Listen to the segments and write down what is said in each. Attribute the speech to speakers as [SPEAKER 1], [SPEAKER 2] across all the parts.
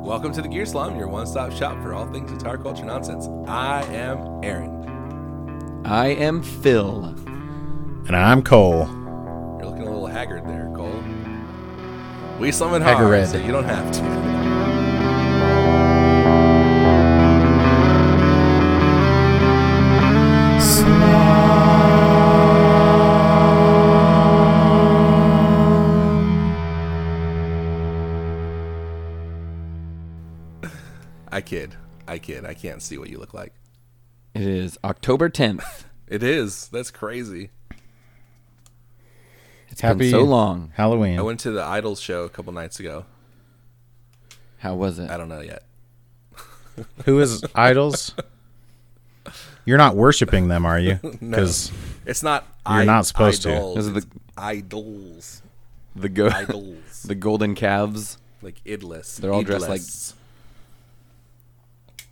[SPEAKER 1] Welcome to the Gear Slum, your one stop shop for all things guitar culture nonsense. I am Aaron.
[SPEAKER 2] I am Phil.
[SPEAKER 3] And I'm Cole.
[SPEAKER 1] You're looking a little haggard there, Cole. We slum it hard,
[SPEAKER 3] Haggard.
[SPEAKER 1] so you don't have to. I kid. I kid. I can't see what you look like.
[SPEAKER 2] It is October 10th.
[SPEAKER 1] It is. That's crazy.
[SPEAKER 2] It's been so long.
[SPEAKER 3] Halloween.
[SPEAKER 1] I went to the Idols show a couple nights ago.
[SPEAKER 2] How was it?
[SPEAKER 1] I don't know yet.
[SPEAKER 3] Who is idols? You're not worshiping them, are you? Because
[SPEAKER 1] It's not.
[SPEAKER 3] You're not supposed to.
[SPEAKER 1] idols,
[SPEAKER 2] Those are the-
[SPEAKER 1] it's idols.
[SPEAKER 2] The go-
[SPEAKER 1] Idols.
[SPEAKER 2] the golden calves.
[SPEAKER 1] like idlis.
[SPEAKER 2] They're all dressed like-
[SPEAKER 1] idlis.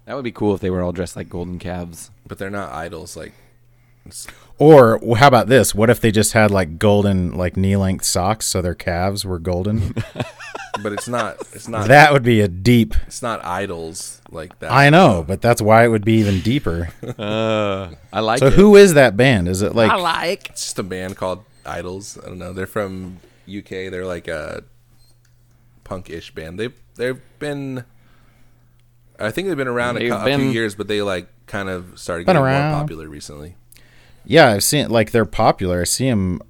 [SPEAKER 2] That would be cool if they were all dressed like golden calves.
[SPEAKER 1] But they're not idols. Like
[SPEAKER 3] or well, how about this? What if they just had like golden, like knee length socks, so their calves were golden?
[SPEAKER 1] but it's not it's not
[SPEAKER 3] that would be a deep.
[SPEAKER 1] it's not idols like that.
[SPEAKER 3] I know, but that's why it would be even deeper.
[SPEAKER 2] I like
[SPEAKER 3] So
[SPEAKER 2] it.
[SPEAKER 3] who is that band? Is it like
[SPEAKER 2] like.
[SPEAKER 1] it's just a band called Idols. I don't know. They're from UK. They're like a punk-ish band. They they've been I think they've been around a,
[SPEAKER 2] They've
[SPEAKER 1] cou- a few
[SPEAKER 2] been-
[SPEAKER 1] years, but they like kind of started
[SPEAKER 3] Been
[SPEAKER 1] getting more
[SPEAKER 3] around.
[SPEAKER 1] popular recently.
[SPEAKER 3] Yeah, I've seen like they're popular. I see them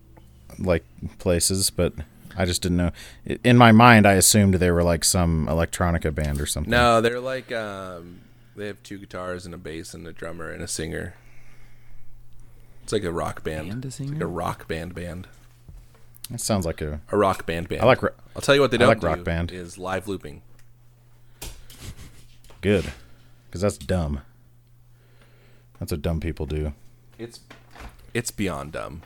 [SPEAKER 3] like places, but I just didn't know. I- In my mind, I assumed they were like some electronica band or something.
[SPEAKER 1] No, they're like um they have two guitars and a bass and a drummer and a singer. It's like a rock band.
[SPEAKER 2] And a
[SPEAKER 1] It's like a
[SPEAKER 2] singer?
[SPEAKER 1] rock band band.
[SPEAKER 3] that sounds like a.
[SPEAKER 1] A rock band band.
[SPEAKER 3] I like ro-
[SPEAKER 1] I'll tell you what they don't
[SPEAKER 3] like rock
[SPEAKER 1] do
[SPEAKER 3] band.
[SPEAKER 1] is live looping.
[SPEAKER 3] Good. Because that's dumb. That's what dumb people do.
[SPEAKER 1] It's it's beyond dumb.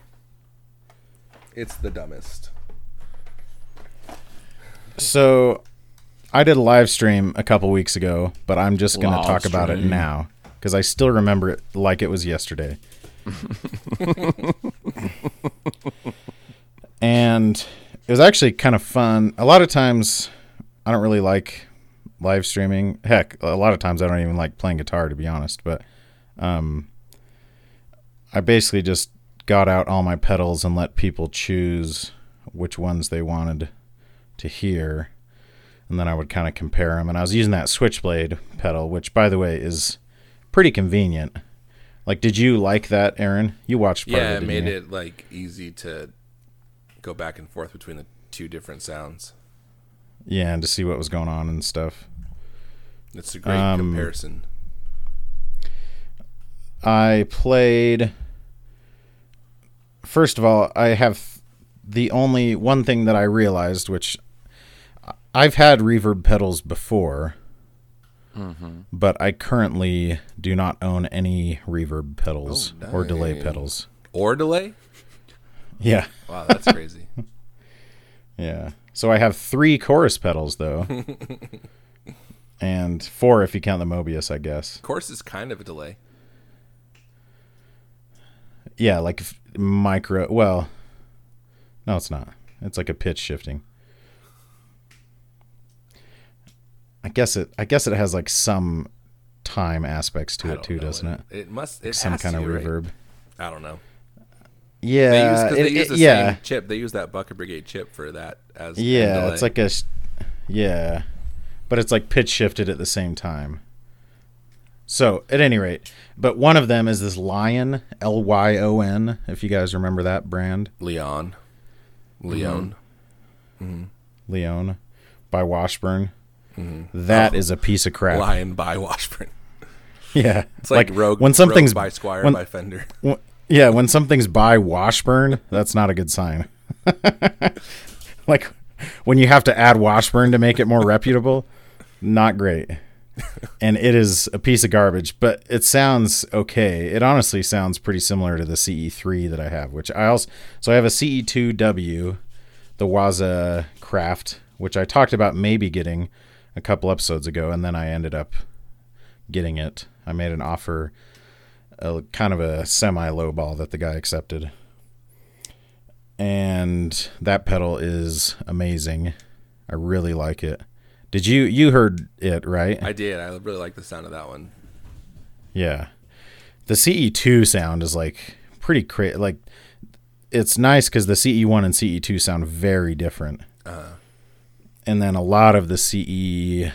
[SPEAKER 1] It's the dumbest.
[SPEAKER 3] So I did a live stream a couple weeks ago, but I'm just going
[SPEAKER 2] Live
[SPEAKER 3] to talk about it
[SPEAKER 2] stream.
[SPEAKER 3] now because I still remember it like it was yesterday. and it was actually kind of fun. A lot of times I don't really like live streaming. Heck, a lot of times I don't even like playing guitar to be honest, but um I basically just got out all my pedals and let people choose which ones they wanted to hear and then I would kind of compare them and I was using that switchblade pedal which by the way is pretty convenient. Like did you like that Aaron? You watched part
[SPEAKER 1] yeah,
[SPEAKER 3] of
[SPEAKER 1] it
[SPEAKER 3] it,
[SPEAKER 1] made
[SPEAKER 3] didn't you?
[SPEAKER 1] it like easy to go back and forth between the two different sounds.
[SPEAKER 3] Yeah, and to see what was going on and stuff.
[SPEAKER 1] It's a great
[SPEAKER 3] Um,
[SPEAKER 1] comparison.
[SPEAKER 3] I played. First of all, I have the only one thing that I realized, which I've had reverb pedals before, but I currently do not own any reverb pedals
[SPEAKER 1] Oh,
[SPEAKER 3] or delay
[SPEAKER 1] nice.
[SPEAKER 3] pedals.
[SPEAKER 1] Or delay?
[SPEAKER 3] Yeah.
[SPEAKER 1] Wow, that's crazy.
[SPEAKER 3] Yeah. So I have three chorus pedals, though. and four if you count the Mobius, I guess.
[SPEAKER 1] Chorus is kind of a delay.
[SPEAKER 3] Yeah, like f- micro. Well, no, it's not. It's like a pitch shifting. I guess it. I guess it has like some time aspects
[SPEAKER 1] I
[SPEAKER 3] to it
[SPEAKER 1] don't
[SPEAKER 3] too,
[SPEAKER 1] know.
[SPEAKER 3] doesn't it?
[SPEAKER 1] It, it must. It
[SPEAKER 3] Some
[SPEAKER 1] has
[SPEAKER 3] kind
[SPEAKER 1] to,
[SPEAKER 3] of
[SPEAKER 1] right?
[SPEAKER 3] reverb.
[SPEAKER 1] I don't know. They use,
[SPEAKER 3] Yeah,
[SPEAKER 1] 'cause
[SPEAKER 3] Uh, it-
[SPEAKER 1] they use
[SPEAKER 3] it-
[SPEAKER 1] the
[SPEAKER 3] yeah,
[SPEAKER 1] same chip. They use that Bucket Brigade chip for that as a
[SPEAKER 3] yeah.
[SPEAKER 1] delay.
[SPEAKER 3] It's like a. s- Yeah, but it's like pitch shifted at the same time. So at any rate, but one of them is this Lion L Y O N. If you guys remember that brand.
[SPEAKER 1] Leon.
[SPEAKER 3] Mm-hmm.
[SPEAKER 1] Leon.
[SPEAKER 3] Leon by Washburn.
[SPEAKER 1] Mm-hmm. Oh.
[SPEAKER 3] That is a piece of crap.
[SPEAKER 1] Lion by Washburn.
[SPEAKER 3] Yeah,
[SPEAKER 1] It's like, Rogue
[SPEAKER 3] when something's
[SPEAKER 1] Rogue by Squire
[SPEAKER 3] when-
[SPEAKER 1] by Fender.
[SPEAKER 3] w- yeah, when something's by Washburn, that's not a good sign. like when you have to add Washburn to make it more reputable, not great. And it is a piece of garbage, but it sounds okay. It honestly sounds pretty similar to the CE3 that I have, which I also so I have a CE2W, the Waza Craft, which I talked about maybe getting a couple episodes ago, and then I ended up getting it. I made an offer a kind of a semi low ball that the guy accepted. And that pedal is amazing. I really like it. Did you you heard it right?
[SPEAKER 1] I did. I really like the sound of that one.
[SPEAKER 3] Yeah. The CE2 sound is like pretty cra- like it's nice cuz the CE1 and CE2 sound very different. And then a lot of the CE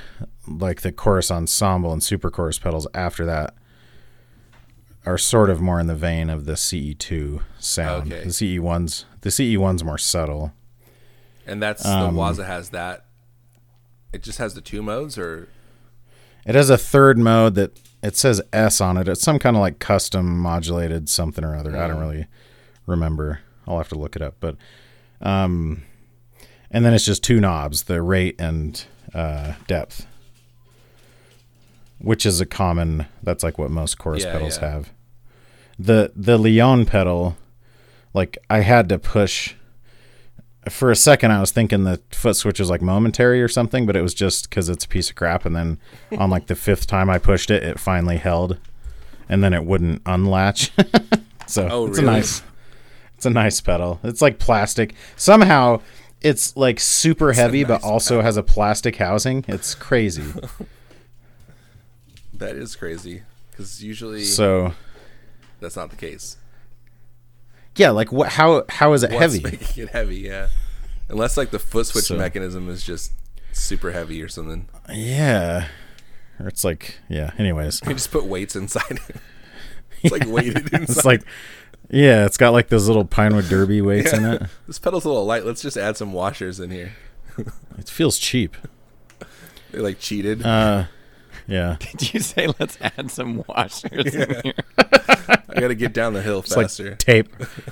[SPEAKER 3] like the chorus ensemble and super chorus pedals after that are sort of more in the vein of the CE2 sound.
[SPEAKER 1] Okay.
[SPEAKER 3] The CE1's the CE1's more subtle.
[SPEAKER 1] And that's
[SPEAKER 3] Um,
[SPEAKER 1] the Waza has that. It just has the two modes, or
[SPEAKER 3] It has a third mode that it says S on it. It's some kind of like custom modulated something or other. I don't really remember. I'll have to look it up. But um, and then it's just two knobs: the rate and uh, depth, which is a common. That's like what most chorus
[SPEAKER 1] Yeah,
[SPEAKER 3] pedals
[SPEAKER 1] yeah.
[SPEAKER 3] have. The the Leon pedal, like I had to push. For a second, I was thinking the foot switch was like momentary or something, but it was just because it's a piece of crap. And then on like the fifth time I pushed it, it finally held, and then it wouldn't unlatch. so
[SPEAKER 1] Oh,
[SPEAKER 3] it's a
[SPEAKER 1] really?
[SPEAKER 3] nice, it's a nice pedal. It's like plastic. Somehow, it's like super heavy, but also has a plastic housing. It's crazy.
[SPEAKER 1] that is crazy because usually
[SPEAKER 3] so
[SPEAKER 1] that's not the case.
[SPEAKER 3] yeah, like what? How how is it
[SPEAKER 1] What's
[SPEAKER 3] heavy?
[SPEAKER 1] making it heavy, yeah. Unless like the foot switch
[SPEAKER 3] So-
[SPEAKER 1] mechanism is just super heavy or something.
[SPEAKER 3] Yeah, or it's like yeah. Anyways,
[SPEAKER 1] You just put weights inside it. It's like weighted inside.
[SPEAKER 3] it's like yeah, it's got like those little pinewood derby weights in it.
[SPEAKER 1] this pedal's a little light. Let's just add some washers in here.
[SPEAKER 3] It feels cheap.
[SPEAKER 1] They like cheated.
[SPEAKER 3] Uh, yeah.
[SPEAKER 2] Did you say let's add some washers in here?
[SPEAKER 1] I gotta get down the hill
[SPEAKER 3] It's like
[SPEAKER 1] faster.
[SPEAKER 3] tape.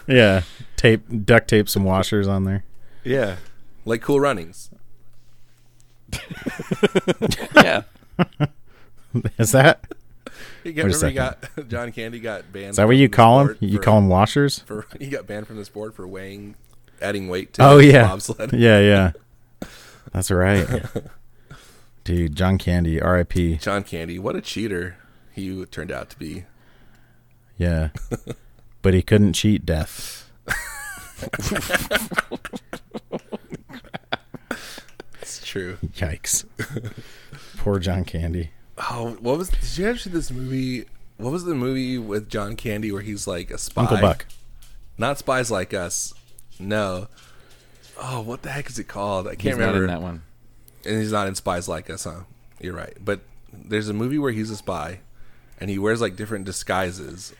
[SPEAKER 3] Yeah. Tape duct tape some washers on there.
[SPEAKER 1] yeah. Like cool runnings.
[SPEAKER 2] yeah.
[SPEAKER 3] Is that
[SPEAKER 1] You got,
[SPEAKER 3] Wait a
[SPEAKER 1] remember you got John Candy got banned.
[SPEAKER 3] is that what you call them? You call them washers?
[SPEAKER 1] for he got banned from the sport for weighing adding weight to
[SPEAKER 3] Oh
[SPEAKER 1] his
[SPEAKER 3] yeah.
[SPEAKER 1] bobsled.
[SPEAKER 3] Yeah, yeah. That's right. Dude, John Candy, R.I.P.
[SPEAKER 1] John Candy, what a cheater he turned out to be.
[SPEAKER 3] Yeah. But he couldn't cheat death.
[SPEAKER 1] It's true.
[SPEAKER 3] Yikes. Poor John Candy.
[SPEAKER 1] Oh, what was? Did you ever see this movie? What was the movie with John Candy where he's like a spy?
[SPEAKER 3] Uncle Buck.
[SPEAKER 1] Not spies like us. No. Oh, what the heck is it called? I can't
[SPEAKER 2] He's not
[SPEAKER 1] remember.
[SPEAKER 2] in that one.
[SPEAKER 1] And he's not in spies like us, huh? You're right. But there's a movie where he's a spy, and he wears like different disguises.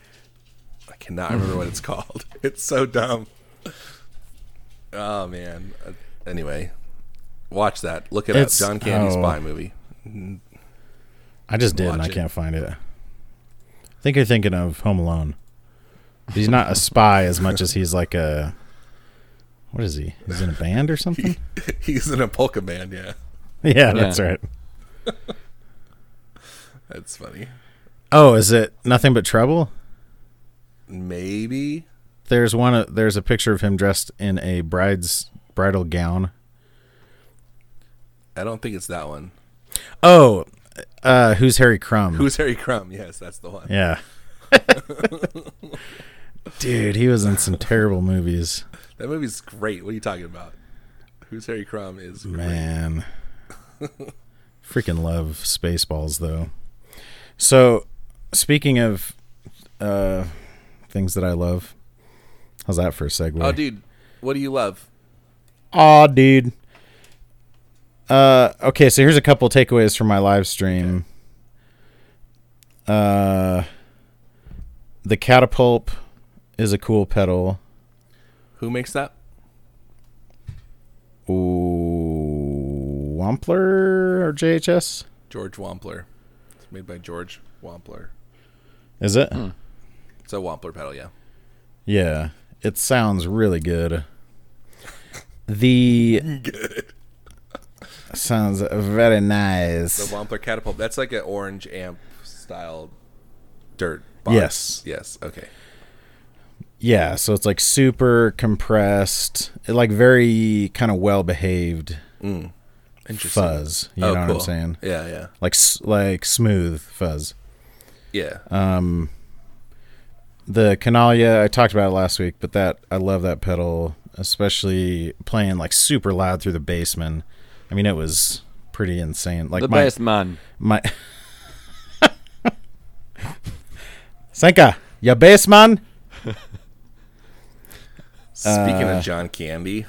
[SPEAKER 1] I cannot remember what it's called. It's so dumb. Oh man. Uh, Anyway, watch that. Look it
[SPEAKER 3] It's-
[SPEAKER 1] up. John Candy
[SPEAKER 3] oh.
[SPEAKER 1] spy movie.
[SPEAKER 3] I just did and
[SPEAKER 1] Watch
[SPEAKER 3] I
[SPEAKER 1] it.
[SPEAKER 3] can't find it. I think you're thinking of Home Alone. But He's not a spy as much as he's like a what is he? He's in a band or something?
[SPEAKER 1] he's in a polka band. Yeah,
[SPEAKER 3] Yeah, that's right.
[SPEAKER 1] that's funny.
[SPEAKER 3] Oh, is it nothing but trouble?
[SPEAKER 1] Maybe.
[SPEAKER 3] There's one. uh, There's a picture of him dressed in a bride's bridal gown.
[SPEAKER 1] I don't think it's that one.
[SPEAKER 3] Oh, uh, who's Harry Crumb?
[SPEAKER 1] Who's Harry Crumb? Yes, that's the one.
[SPEAKER 3] yeah, dude, he was in some terrible movies.
[SPEAKER 1] That movie's great. What are you talking about? Who's Harry Crumb is great.
[SPEAKER 3] Man, freaking love Spaceballs though. So, speaking of uh, things that I love, how's that for a segue?
[SPEAKER 1] Oh, dude, what do you love?
[SPEAKER 3] Aw, dude. Uh, okay, so here's a couple takeaways from my live stream. Uh, the catapult is a cool pedal.
[SPEAKER 1] Who makes that?
[SPEAKER 3] Ooh, Wampler or JHS?
[SPEAKER 1] George Wampler. It's made by George Wampler.
[SPEAKER 3] Is it?
[SPEAKER 1] It's a Wampler pedal, yeah.
[SPEAKER 3] Yeah, it sounds really good. The
[SPEAKER 1] Good.
[SPEAKER 3] sounds very
[SPEAKER 1] The
[SPEAKER 3] nice.
[SPEAKER 1] Wampler catapult. That's like an orange amp style dirt box.
[SPEAKER 3] Yes.
[SPEAKER 1] Yes. Okay.
[SPEAKER 3] Yeah, so it's like super compressed, like very kind of well behaved
[SPEAKER 1] Interesting.
[SPEAKER 3] fuzz. You
[SPEAKER 1] Oh,
[SPEAKER 3] know what
[SPEAKER 1] cool.
[SPEAKER 3] I'm saying?
[SPEAKER 1] Yeah, yeah.
[SPEAKER 3] Like s- like smooth fuzz.
[SPEAKER 1] Yeah.
[SPEAKER 3] Uh, The Canalia, I talked about it last week, but that I love that pedal, especially playing like super loud through the basement. I mean, it was pretty insane. Like
[SPEAKER 2] the
[SPEAKER 3] my
[SPEAKER 2] best man.
[SPEAKER 3] my Senka, ya best man.
[SPEAKER 1] Speaking of John Candy,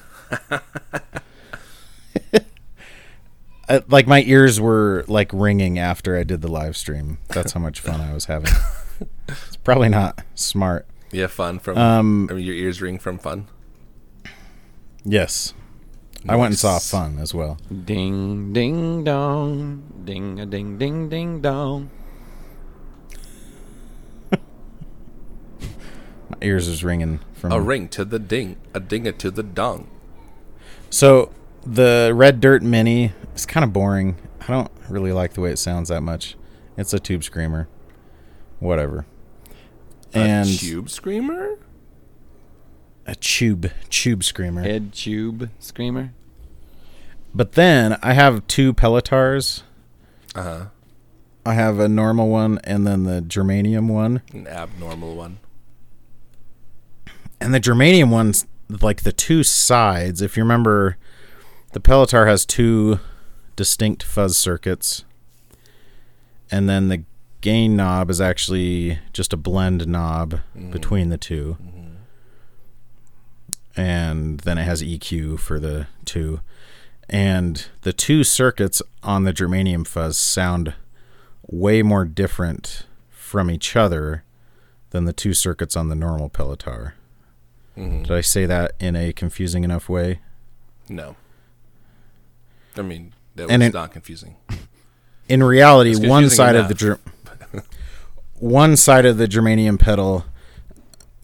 [SPEAKER 3] Uh, like my ears were like ringing after I did the live stream. That's how much fun I was having. It's probably not smart.
[SPEAKER 1] yeah, fun from.
[SPEAKER 3] um,
[SPEAKER 1] I mean, your ears ring from fun.
[SPEAKER 3] Yes. I went and saw
[SPEAKER 1] Nice.
[SPEAKER 3] fun as well.
[SPEAKER 2] Ding ding dong. Ding a ding ding ding dong.
[SPEAKER 3] My ears was ringing from
[SPEAKER 1] A ring to the ding, a dinga to the dong.
[SPEAKER 3] So the Red Dirt Mini is kind of boring. I don't really like the way it sounds that much. It's a tube screamer, whatever. And
[SPEAKER 1] a tube screamer.
[SPEAKER 3] a tube tube screamer.
[SPEAKER 2] Head tube screamer.
[SPEAKER 3] But then I have two Pelotars.
[SPEAKER 1] Uh huh.
[SPEAKER 3] I have a normal one and then the germanium one.
[SPEAKER 1] An abnormal one.
[SPEAKER 3] And the germanium one's like the two sides. If you remember, the Pelotar has two distinct fuzz circuits. And then the gain knob is actually just a blend knob between the 2 And then it has EQ for the two. And the two circuits on the germanium fuzz sound way more different from each other than the two circuits on the normal Pelotar. Did I say that in a confusing enough way?
[SPEAKER 1] No. I mean, that
[SPEAKER 3] And
[SPEAKER 1] was
[SPEAKER 3] it-
[SPEAKER 1] not confusing.
[SPEAKER 3] In reality,
[SPEAKER 1] It's
[SPEAKER 3] one
[SPEAKER 1] confusing
[SPEAKER 3] side of the ger- one side of the germanium pedal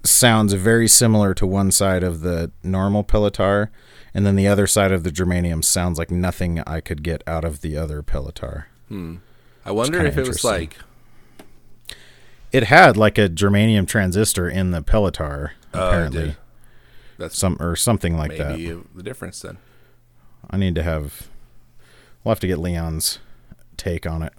[SPEAKER 3] sounds very similar to one side of the normal Pelotar, and then the other side of the germanium sounds like nothing I could get out of the other Pelotar.
[SPEAKER 1] I wonder
[SPEAKER 3] kinda
[SPEAKER 1] if it was
[SPEAKER 3] interesting.
[SPEAKER 1] like
[SPEAKER 3] It had like a germanium transistor in the Pelotar,
[SPEAKER 1] oh, it
[SPEAKER 3] apparently,
[SPEAKER 1] did. That's
[SPEAKER 3] some or something like that.
[SPEAKER 1] maybe the difference then.
[SPEAKER 3] I need to have. We'll have to get Leon's take on it.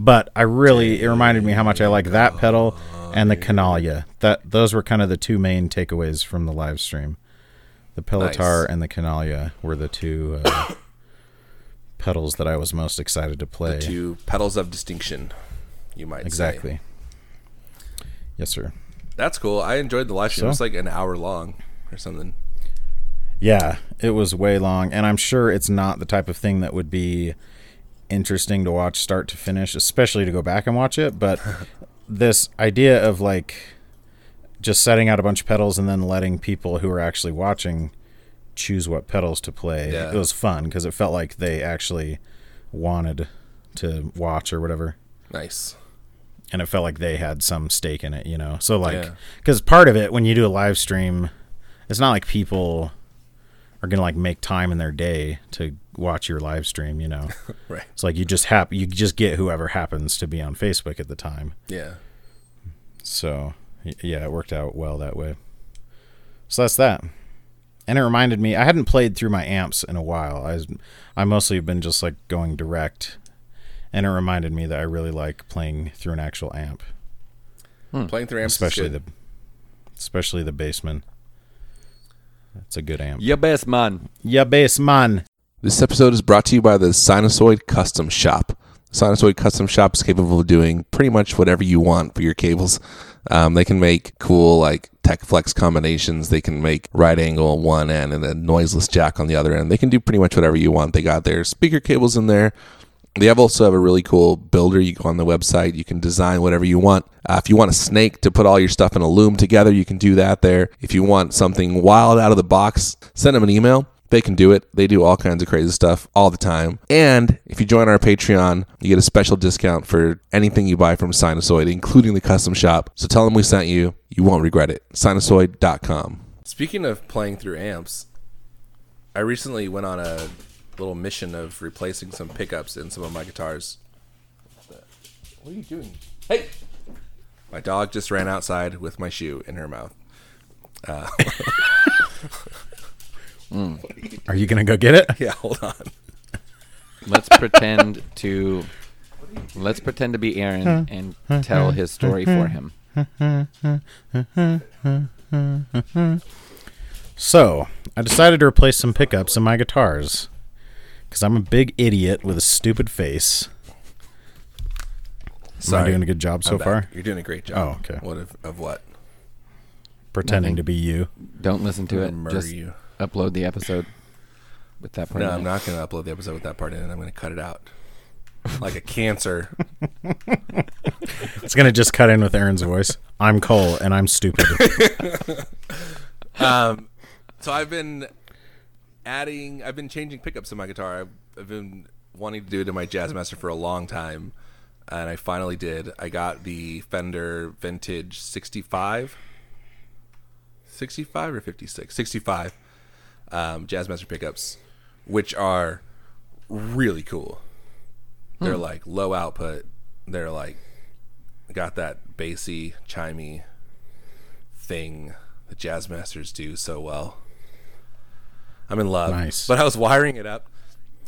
[SPEAKER 3] But I really, it reminded me how much I like that pedal and the Canalia. That those were kind of the two main takeaways from the live stream. The Pelotar
[SPEAKER 1] Nice.
[SPEAKER 3] and the Canalia were the two uh, pedals that I was most excited to play.
[SPEAKER 1] Two pedals of distinction, you might say.
[SPEAKER 3] exactly. Yes, sir.
[SPEAKER 1] That's cool. I enjoyed the live stream. It was
[SPEAKER 3] So?
[SPEAKER 1] like an hour long or something.
[SPEAKER 3] Yeah, it was way long, and I'm sure it's not the type of thing that would be interesting to watch start to finish, especially to go back and watch it. But this idea of like just setting out a bunch of pedals and then letting people who are actually watching choose what pedals to play,
[SPEAKER 1] Yeah.
[SPEAKER 3] it was fun because it felt like they actually wanted to watch or whatever
[SPEAKER 1] Nice.
[SPEAKER 3] and it felt like they had some stake in it, you know. So like,
[SPEAKER 1] Yeah.
[SPEAKER 3] because part of it when you do a live stream, it's not like people are gonna like make time in their day to watch your live stream, you know.
[SPEAKER 1] Right.
[SPEAKER 3] it's like you just hap- you just get whoever happens to be on Facebook at the time.
[SPEAKER 1] Yeah.
[SPEAKER 3] So y- yeah, it worked out well that way. So that's that. And it reminded me I hadn't played through my amps in a while. I was, I mostly have been just like going direct. And it reminded me that I really like playing through an actual amp
[SPEAKER 1] Playing through amps, is
[SPEAKER 3] especially the
[SPEAKER 1] good.
[SPEAKER 3] especially the baseman. That's a good amp.
[SPEAKER 2] Your best man.
[SPEAKER 3] Yeah, baseman.
[SPEAKER 1] This episode is brought to you by the Sinusoid Custom Shop. Sinusoid Custom Shop is capable of doing pretty much whatever you want for your cables. Um, they can make cool like tech flex combinations. They can make right angle on one end and a noiseless jack on the other end. They can do pretty much whatever you want. They got their speaker cables in there. They have also have a really cool builder. You go on the website, you can design whatever you want. Uh, if you want a snake to put all your stuff in a loom together, you can do that there. If you want something wild out of the box, send them an email. They can do it. They do all kinds of crazy stuff all the time. And if you join our Patreon, you get a special discount for anything you buy from Sinusoid, including the custom shop. So tell them we sent you. You won't regret it. Sinusoid.com. Speaking of playing through amps, I recently went on a little mission of replacing some pickups in some of my guitars. What are you doing? Hey! My dog just ran outside with my shoe in her mouth.
[SPEAKER 3] Are you gonna go get it?
[SPEAKER 1] Yeah, hold on.
[SPEAKER 2] Let's pretend to let's pretend to be Aaron and tell his story for him.
[SPEAKER 3] So I decided to replace some pickups in my guitars because I'm a big idiot with a stupid face. Am I doing a good job so
[SPEAKER 1] I'm back.
[SPEAKER 3] far?
[SPEAKER 1] You're doing a great job.
[SPEAKER 3] Oh, okay.
[SPEAKER 1] What of, of what?
[SPEAKER 3] Pretending
[SPEAKER 2] Nothing.
[SPEAKER 3] to be you.
[SPEAKER 2] Don't listen to it.
[SPEAKER 1] I'm gonna murder
[SPEAKER 2] Just
[SPEAKER 1] you.
[SPEAKER 2] upload the episode with that part.
[SPEAKER 1] No,
[SPEAKER 2] in
[SPEAKER 1] I'm
[SPEAKER 2] it.
[SPEAKER 1] not going to upload the episode with that part in it. I'm going to cut it out. Like a cancer.
[SPEAKER 3] It's gonna just cut in with Aaron's voice. I'm Cole and I'm stupid.
[SPEAKER 1] um, so I've been adding, I've been changing pickups to my guitar. I've, I've been wanting to do it to my Jazzmaster for a long time, and I finally did. I got the Fender Vintage 65, 65 or 56, 65 um, Jazzmaster pickups, which are really cool. They're like low output. They're like got that bassy, chimey thing the jazz masters do so well. I'm in love.
[SPEAKER 3] Nice.
[SPEAKER 1] But I was wiring it up,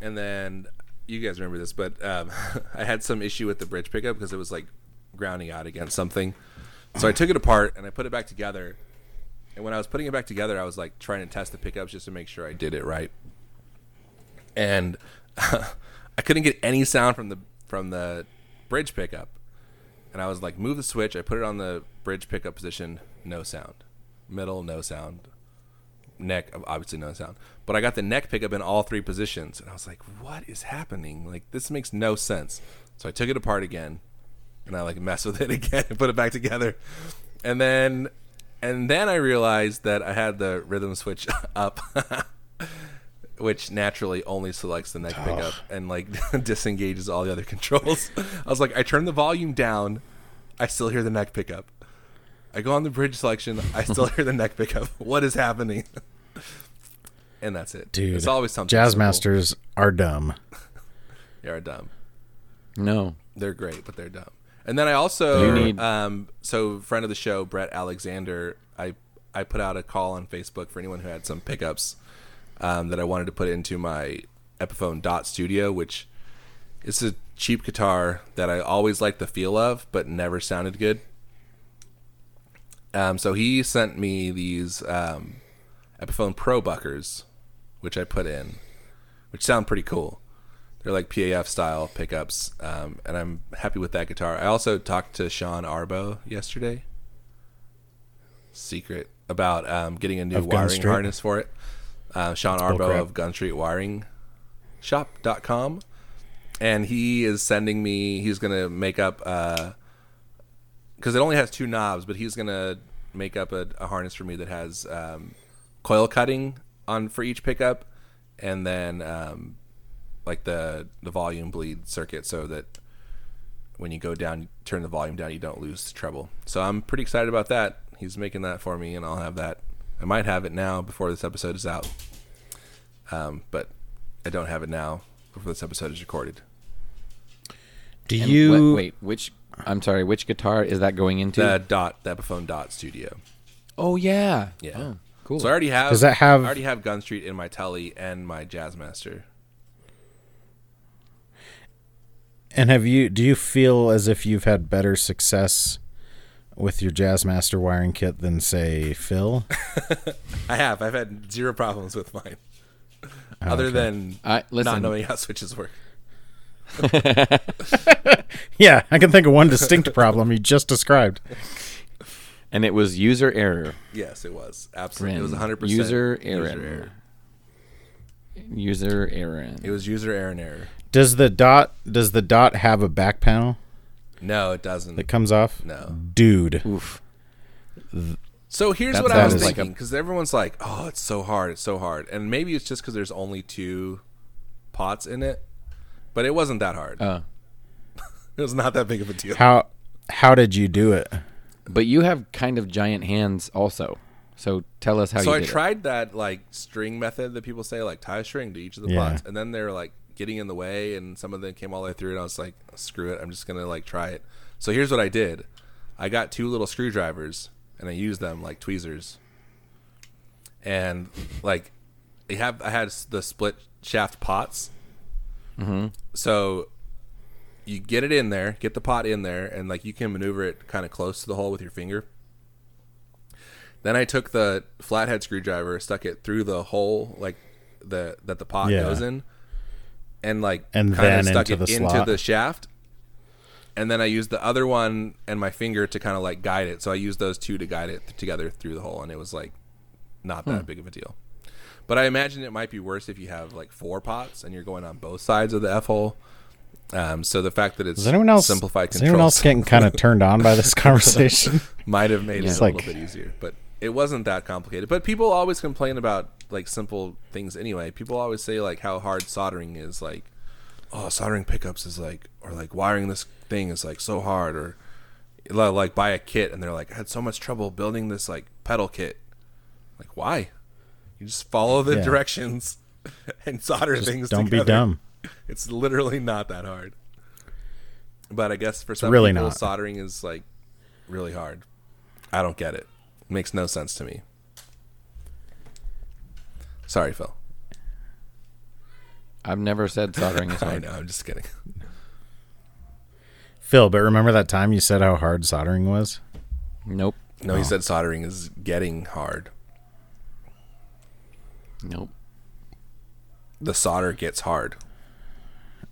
[SPEAKER 1] and then you guys remember this, but um, I had some issue with the bridge pickup because it was like grounding out against something. So I took it apart and I put it back together. And when I was putting it back together, I was like trying to test the pickups just to make sure I did it right. And I couldn't get any sound from the from the bridge pickup. And I was like, move the switch. I put it on the bridge pickup position. No sound. Middle, no sound. Neck, obviously no sound. But I got the neck pickup in all three positions. And I was like, what is happening? Like, this makes no sense. So I took it apart again. And I like messed with it again and put it back together. And then and then I realized that I had the rhythm switch up. Which naturally only selects the neck pickup and like disengages all the other controls. I was like, I turned the volume down, I still hear the neck pickup. I go on the bridge selection, I still hear the neck pickup. What is happening? and that's it.
[SPEAKER 3] Dude,
[SPEAKER 1] it's always something.
[SPEAKER 3] Jazz
[SPEAKER 1] simple.
[SPEAKER 3] masters are dumb.
[SPEAKER 1] They're dumb.
[SPEAKER 2] No.
[SPEAKER 1] they're great, but they're dumb. And then I also,
[SPEAKER 2] You need-
[SPEAKER 1] um, so friend of the show, Brett Alexander, I I put out a call on Facebook for anyone who had some pickups um, that I wanted to put into my Epiphone Dot Studio, which is a cheap guitar that I always liked the feel of, but never sounded good. Um, so he sent me these um, Epiphone Pro Buckers, which I put in, which sound pretty cool. They're like PAF style pickups, um, and I'm happy with that guitar. I also talked to Sean Arbo yesterday. Secret about um, getting a new
[SPEAKER 3] Of Gun
[SPEAKER 1] wiring
[SPEAKER 3] Street?
[SPEAKER 1] harness for it. Uh, Sean Arbo
[SPEAKER 3] bullcrap.
[SPEAKER 1] of Gun Street Wiring Shop.com, and he is sending me. He's gonna make up. Uh, because it only has two knobs, but he's gonna make up a, a harness for me that has um, coil cutting on for each pickup, and then um, like the the volume bleed circuit, so that when you go down, turn the volume down, you don't lose treble. So I'm pretty excited about that. He's making that for me, and I'll have that. I might have it now before this episode is out, um, but I don't have it now before this episode is recorded.
[SPEAKER 3] Do
[SPEAKER 2] And
[SPEAKER 3] you
[SPEAKER 2] wait, wait, which? I'm sorry. Which guitar is that going into?
[SPEAKER 1] The dot, the Epiphone dot studio.
[SPEAKER 2] oh yeah.
[SPEAKER 1] Yeah.
[SPEAKER 2] Oh, cool.
[SPEAKER 1] So I already have.
[SPEAKER 3] Does that have-
[SPEAKER 1] I already have Gun Street in my telly and my Jazzmaster.
[SPEAKER 3] and have you do you feel as if you've had better success with your jazz master wiring kit than say Phil?
[SPEAKER 1] I have. I've had zero problems with mine, other than
[SPEAKER 2] I-
[SPEAKER 1] not
[SPEAKER 2] Uh, listen.
[SPEAKER 1] knowing how switches work.
[SPEAKER 3] yeah, I can think of one distinct problem you just described.
[SPEAKER 2] and it was user error.
[SPEAKER 1] Yes, it was absolutely. It was
[SPEAKER 2] Friend.
[SPEAKER 1] 100 percent
[SPEAKER 2] User error. User error.
[SPEAKER 1] It was user error and error.
[SPEAKER 3] Does the dot does the dot have a back panel
[SPEAKER 1] No, it doesn't.
[SPEAKER 3] that comes off?
[SPEAKER 1] No.
[SPEAKER 3] Dude.
[SPEAKER 2] Oof.
[SPEAKER 1] So here's
[SPEAKER 2] That-
[SPEAKER 1] what I
[SPEAKER 3] that
[SPEAKER 1] was
[SPEAKER 3] is-
[SPEAKER 1] thinking because everyone's like, "Oh, it's so hard, it's so hard," and maybe it's just because there's only two pots in it, but it wasn't that hard.
[SPEAKER 2] Uh,
[SPEAKER 1] it was not that big of a deal.
[SPEAKER 3] How how did you do it?
[SPEAKER 2] but you have kind of giant hands, also. So tell us how
[SPEAKER 1] so
[SPEAKER 2] you
[SPEAKER 1] I
[SPEAKER 2] did it.
[SPEAKER 1] tried that like string method that people say, like tie a string to each of the
[SPEAKER 3] Yeah.
[SPEAKER 1] pots, and then they were like getting in the way, and some of them came all the way through, and I was like, screw it, I'm just gonna like try it. So here's what I did: I got two little screwdrivers, and I used them like tweezers, and like they have I had s- the split shaft pots, so you get it in there, get the pot in there, and like you can maneuver it kind of close to the hole with your finger. Then I took the flathead screwdriver, stuck it through the hole like the that the pot
[SPEAKER 3] Yeah.
[SPEAKER 1] goes in, and like
[SPEAKER 3] And
[SPEAKER 1] kinda
[SPEAKER 3] then
[SPEAKER 1] stuck
[SPEAKER 3] into
[SPEAKER 1] it
[SPEAKER 3] the
[SPEAKER 1] into
[SPEAKER 3] slot.
[SPEAKER 1] the shaft. And then I used the other one and my finger to kind of like guide it. So I used those two to guide it together through the hole, and it was like not
[SPEAKER 3] Hmm.
[SPEAKER 1] that big of a deal. But I imagine it might be worse if you have like four pots and you're going on both sides of the f hole. Um, so the fact that it's
[SPEAKER 3] Is anyone else
[SPEAKER 1] simplified
[SPEAKER 3] Is
[SPEAKER 1] controls
[SPEAKER 3] anyone else getting kind of turned on by this conversation?
[SPEAKER 1] might have made it
[SPEAKER 3] It's
[SPEAKER 1] a
[SPEAKER 3] like-
[SPEAKER 1] little bit easier, but it wasn't that complicated. But people always complain about like simple things anyway. People always say like how hard soldering is, like oh soldering pickups is like or like wiring this thing is like so hard or li- like buy a kit and they're like I had so much trouble building this like pedal kit. Like why? You just follow the
[SPEAKER 3] Yeah.
[SPEAKER 1] directions and solder things.
[SPEAKER 3] Don't be
[SPEAKER 1] together.
[SPEAKER 3] dumb.
[SPEAKER 1] It's literally not that hard. But I guess for some
[SPEAKER 3] really
[SPEAKER 1] people,
[SPEAKER 3] not.
[SPEAKER 1] soldering is like really hard. I don't get it. Makes no sense to me. Sorry, Phil.
[SPEAKER 2] I've never said soldering is
[SPEAKER 1] I
[SPEAKER 2] hard.
[SPEAKER 1] know. I'm just kidding.
[SPEAKER 3] Phil, but remember that time you said how hard soldering was?
[SPEAKER 2] Nope.
[SPEAKER 1] No, he said soldering is getting hard.
[SPEAKER 2] Nope.
[SPEAKER 1] The solder gets hard.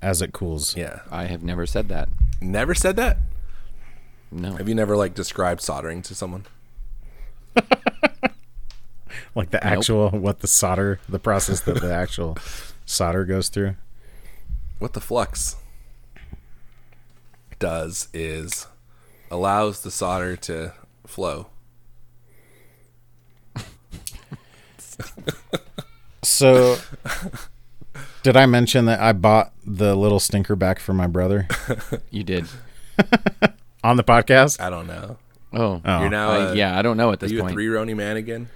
[SPEAKER 3] As it cools.
[SPEAKER 1] Yeah.
[SPEAKER 2] I have never said that.
[SPEAKER 1] Never said that.
[SPEAKER 2] No.
[SPEAKER 1] Have you never like described soldering to someone?
[SPEAKER 3] Like the actual what the solder the process that the actual solder goes through.
[SPEAKER 1] what the flux does is allows the solder to flow.
[SPEAKER 3] So did I mention that I bought the little stinker back for my brother
[SPEAKER 2] You did.
[SPEAKER 3] on the podcast?
[SPEAKER 1] I don't know.
[SPEAKER 2] Oh.
[SPEAKER 3] Oh.
[SPEAKER 1] Uh, You're now,
[SPEAKER 2] I-
[SPEAKER 1] a-
[SPEAKER 2] yeah, I don't know at
[SPEAKER 1] Are
[SPEAKER 2] this
[SPEAKER 1] you
[SPEAKER 2] point.
[SPEAKER 1] a three Roni man again?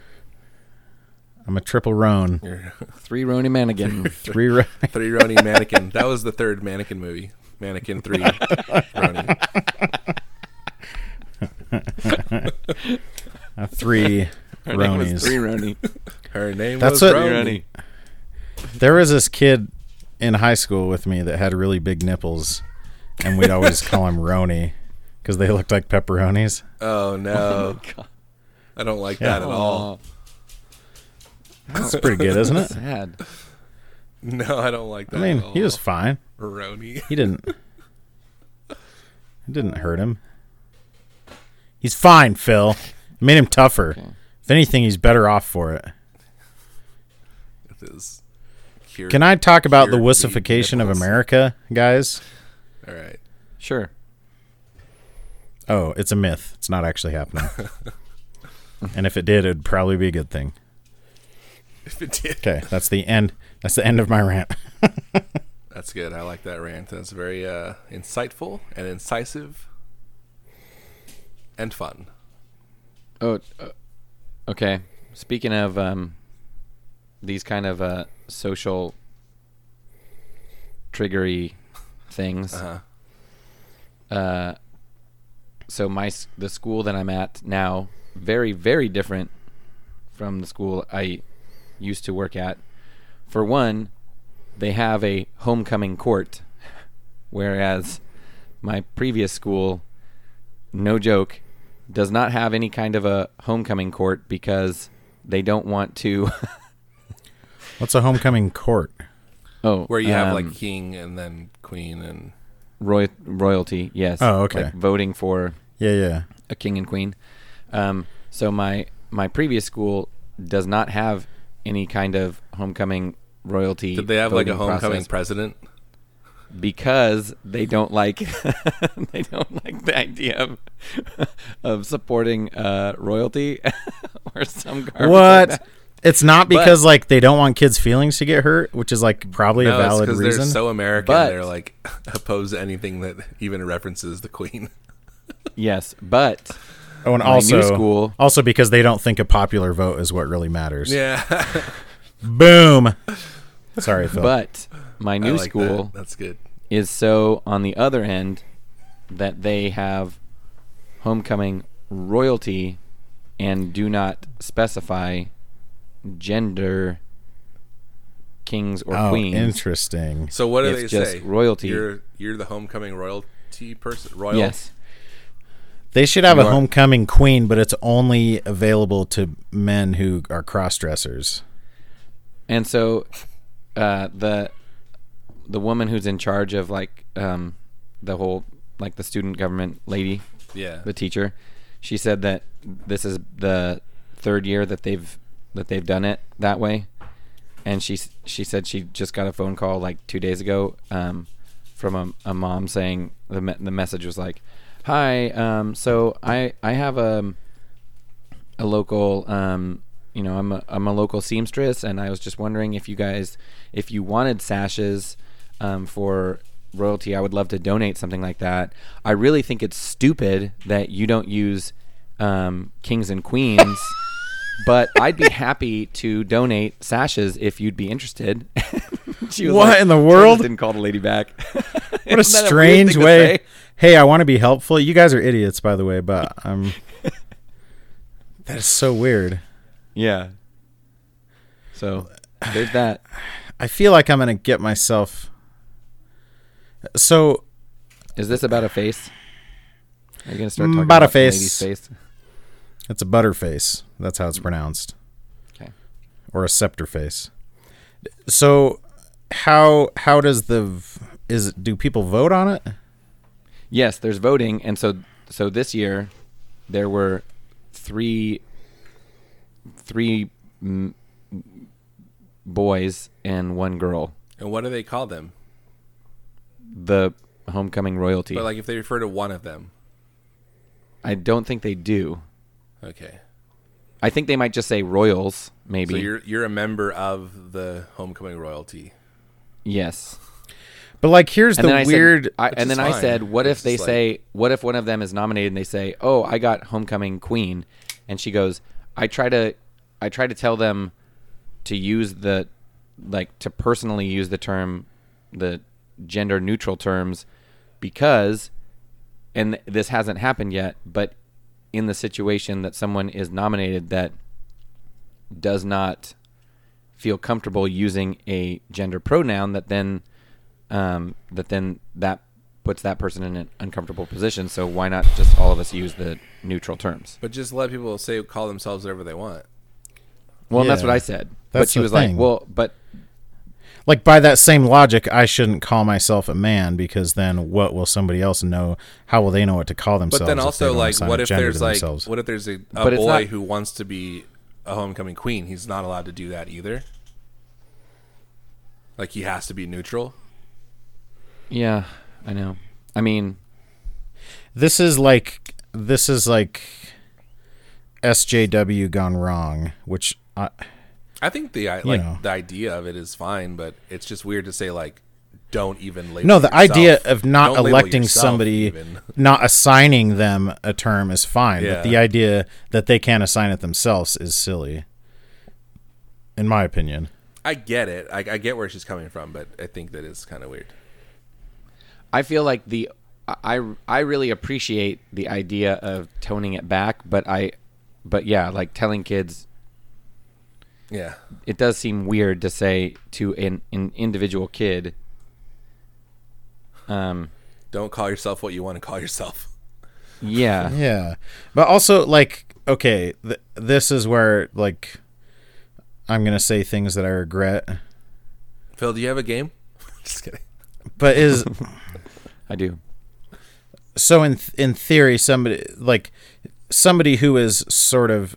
[SPEAKER 3] I'm a triple roan.
[SPEAKER 1] You're
[SPEAKER 2] Three Roni Manigan.
[SPEAKER 3] Three ro-
[SPEAKER 1] three Roni mannequin. That was the third mannequin movie. Mannequin three. Roni.
[SPEAKER 3] uh, three
[SPEAKER 2] Her name was
[SPEAKER 3] Ronies.
[SPEAKER 2] Three Roni.
[SPEAKER 1] Her name
[SPEAKER 3] That's
[SPEAKER 1] was
[SPEAKER 3] what-
[SPEAKER 1] Roni.
[SPEAKER 3] There was this kid in high school with me that had really big nipples, and we'd always call him Roni because they looked like pepperonis.
[SPEAKER 1] Oh no, I don't like that at all.
[SPEAKER 2] Oh,
[SPEAKER 3] That's pretty good, isn't it?
[SPEAKER 2] sad.
[SPEAKER 1] No, I don't like
[SPEAKER 3] I
[SPEAKER 1] that.
[SPEAKER 3] mean,
[SPEAKER 1] at all.
[SPEAKER 3] he was fine.
[SPEAKER 1] Roni.
[SPEAKER 3] He didn't. It didn't hurt him. He's fine, Phil. It made him tougher. If anything, he's better off for it.
[SPEAKER 1] It is. Cure-
[SPEAKER 3] Can I talk about the
[SPEAKER 1] Cured the
[SPEAKER 3] wussification of
[SPEAKER 1] nipples.
[SPEAKER 3] America, guys?
[SPEAKER 1] All right.
[SPEAKER 2] Sure.
[SPEAKER 3] Oh, it's a myth. It's not actually happening. and if it did, it'd probably be a good thing.
[SPEAKER 1] If it did,
[SPEAKER 3] Okay, that's the end. That's the end of my rant.
[SPEAKER 1] That's good. I like that rant. That's very uh, insightful and incisive and fun.
[SPEAKER 2] Oh, uh, okay. Speaking of um, these kind of uh, social triggery things,
[SPEAKER 1] Uh-huh.
[SPEAKER 2] uh, so my s- the school that I'm at now very very different from the school I used to work at. For one, they have a homecoming court, whereas my previous school, no joke, does not have any kind of a homecoming court because they don't want to.
[SPEAKER 3] What's a homecoming court?
[SPEAKER 2] oh,
[SPEAKER 1] Where you have
[SPEAKER 2] um,
[SPEAKER 1] like king and then queen and
[SPEAKER 2] roy- royalty. Yes.
[SPEAKER 3] Oh, okay.
[SPEAKER 2] Like voting for
[SPEAKER 3] Yeah, yeah.
[SPEAKER 2] a king and queen. Um, so my my previous school does not have any kind of homecoming royalty.
[SPEAKER 1] did they have like a
[SPEAKER 2] voting
[SPEAKER 1] homecoming
[SPEAKER 2] process
[SPEAKER 1] president?
[SPEAKER 2] because they don't like they don't like the idea of of supporting uh, royalty or some garbage. like
[SPEAKER 3] What?
[SPEAKER 2] that.
[SPEAKER 3] It's not because like they don't want kids' feelings to get hurt, which is like probably a
[SPEAKER 1] No, it's
[SPEAKER 3] valid
[SPEAKER 1] because they're
[SPEAKER 3] reason.
[SPEAKER 1] so American.
[SPEAKER 2] But-
[SPEAKER 1] they're like opposed to anything that even references the queen.
[SPEAKER 2] Yes, but
[SPEAKER 3] oh, and
[SPEAKER 2] my new
[SPEAKER 3] also
[SPEAKER 2] school-
[SPEAKER 3] also because they don't think a popular vote is what really matters.
[SPEAKER 1] Yeah,
[SPEAKER 3] Boom. Sorry, Phil.
[SPEAKER 2] but my
[SPEAKER 1] I
[SPEAKER 2] new
[SPEAKER 1] like
[SPEAKER 2] school
[SPEAKER 1] That. That's good.
[SPEAKER 2] is so on the other end that they have homecoming royalty and do not specify gender kings or
[SPEAKER 3] oh,
[SPEAKER 2] queens.
[SPEAKER 3] interesting.
[SPEAKER 1] So what do
[SPEAKER 2] It's
[SPEAKER 1] they
[SPEAKER 2] just
[SPEAKER 1] say?
[SPEAKER 2] royalty.
[SPEAKER 1] You're you're the homecoming royalty person. Royal.
[SPEAKER 2] yes.
[SPEAKER 3] They should have a
[SPEAKER 2] You are-
[SPEAKER 3] homecoming queen, but it's only available to men who are cross dressers.
[SPEAKER 2] And so uh, the the woman who's in charge of like um, the whole like the student government lady,
[SPEAKER 1] Yeah.
[SPEAKER 2] the teacher, she said that this is the third year that they've that they've done it that way, and she s- she said she just got a phone call like two days ago um, from a, a mom saying the me- the message was like, "Hi, um, so I I have um, a a local um, you know I'm a, I'm a local seamstress and I was just wondering if you guys if you wanted sashes um, for royalty I would love to donate something like that I really think it's stupid that you don't use um, kings and queens but I'd be happy to donate sashes if you'd be interested she was
[SPEAKER 3] What in the
[SPEAKER 2] she
[SPEAKER 3] world?
[SPEAKER 2] just didn't call the lady back
[SPEAKER 3] What a strange way. Hey, I want to be helpful. You guys are idiots, by the way, but um, that is so weird.
[SPEAKER 2] yeah so there's that
[SPEAKER 3] I feel like I'm gonna get myself. So
[SPEAKER 2] Is this about a face? Are you gonna start
[SPEAKER 3] Mm,
[SPEAKER 2] talking
[SPEAKER 3] about
[SPEAKER 2] about,
[SPEAKER 3] a
[SPEAKER 2] the
[SPEAKER 3] face.
[SPEAKER 2] lady's face?
[SPEAKER 3] that's a butterface. That's how it's pronounced,
[SPEAKER 2] Okay.
[SPEAKER 3] or a scepter face. So how how does the v- is it- do people vote on it?
[SPEAKER 2] Yes, there's voting, and so so this year there were three three m- boys and one girl.
[SPEAKER 1] And what do they call them?
[SPEAKER 2] The homecoming royalty.
[SPEAKER 1] But like if they refer to one of them.
[SPEAKER 2] I don't think they do.
[SPEAKER 1] Okay.
[SPEAKER 2] I think they might just say royals, maybe.
[SPEAKER 1] So you're you're a member of the homecoming royalty.
[SPEAKER 2] yes.
[SPEAKER 3] But like here's
[SPEAKER 2] and
[SPEAKER 3] the
[SPEAKER 2] then I
[SPEAKER 3] weird.
[SPEAKER 2] Said, I,
[SPEAKER 1] Which
[SPEAKER 2] and
[SPEAKER 1] is
[SPEAKER 2] then I
[SPEAKER 1] fine.
[SPEAKER 2] said, "What
[SPEAKER 1] It's
[SPEAKER 2] if they
[SPEAKER 1] just like-
[SPEAKER 2] say, what if one of them is nominated and they say, oh, I got homecoming queen,' and she goes, I try to, I try to tell them to use the, like to personally use the term, the gender neutral terms, because, and this hasn't happened yet, but in the situation that someone is nominated that does not feel comfortable using a gender pronoun that then um, that then that puts that person in an uncomfortable position so why not just all of us use the neutral terms
[SPEAKER 1] But just let people say call themselves whatever they want.
[SPEAKER 2] well and that's
[SPEAKER 3] Yeah.
[SPEAKER 2] what i said but
[SPEAKER 3] That's
[SPEAKER 2] she
[SPEAKER 3] the
[SPEAKER 2] was
[SPEAKER 3] thing.
[SPEAKER 2] like well but
[SPEAKER 3] like by that same logic, I shouldn't call myself a man because then what will somebody else know? How will they know what to call themselves?
[SPEAKER 1] But then
[SPEAKER 3] if they
[SPEAKER 1] also
[SPEAKER 3] don't
[SPEAKER 1] like
[SPEAKER 3] assign
[SPEAKER 1] what
[SPEAKER 3] a
[SPEAKER 1] if
[SPEAKER 3] gender
[SPEAKER 1] there's
[SPEAKER 3] to
[SPEAKER 1] like
[SPEAKER 3] themselves?
[SPEAKER 1] what if there's a, a
[SPEAKER 2] But it's
[SPEAKER 1] boy
[SPEAKER 2] not-
[SPEAKER 1] who wants to be a homecoming queen? He's not allowed to do that either. Like he has to be neutral.
[SPEAKER 2] yeah i know i mean
[SPEAKER 3] This is like this is like SJW gone wrong, which I,
[SPEAKER 1] I think the I like
[SPEAKER 3] know.
[SPEAKER 1] the idea of it is fine, but it's just weird to say like don't even label.
[SPEAKER 3] no, the
[SPEAKER 1] yourself.
[SPEAKER 3] idea of not
[SPEAKER 1] Don't label
[SPEAKER 3] electing
[SPEAKER 1] yourself,
[SPEAKER 3] somebody,
[SPEAKER 1] even.
[SPEAKER 3] not assigning them a term is fine,
[SPEAKER 1] Yeah.
[SPEAKER 3] but the idea that they can't assign it themselves is silly, in my opinion.
[SPEAKER 1] I get it. I, I get where she's coming from, but I think that is kind of weird.
[SPEAKER 2] I feel like the I I really appreciate the idea of toning it back, but I but yeah, like telling kids
[SPEAKER 1] Yeah,
[SPEAKER 2] it does seem weird to say to an, an individual kid um
[SPEAKER 1] don't call yourself what you want to call yourself.
[SPEAKER 2] yeah.
[SPEAKER 3] Yeah, but also like okay, th- this is where like I'm gonna say things that I regret,
[SPEAKER 1] Phil, do you have a game? just kidding.
[SPEAKER 3] but is
[SPEAKER 2] I do.
[SPEAKER 3] so in th- in theory somebody like somebody who is sort of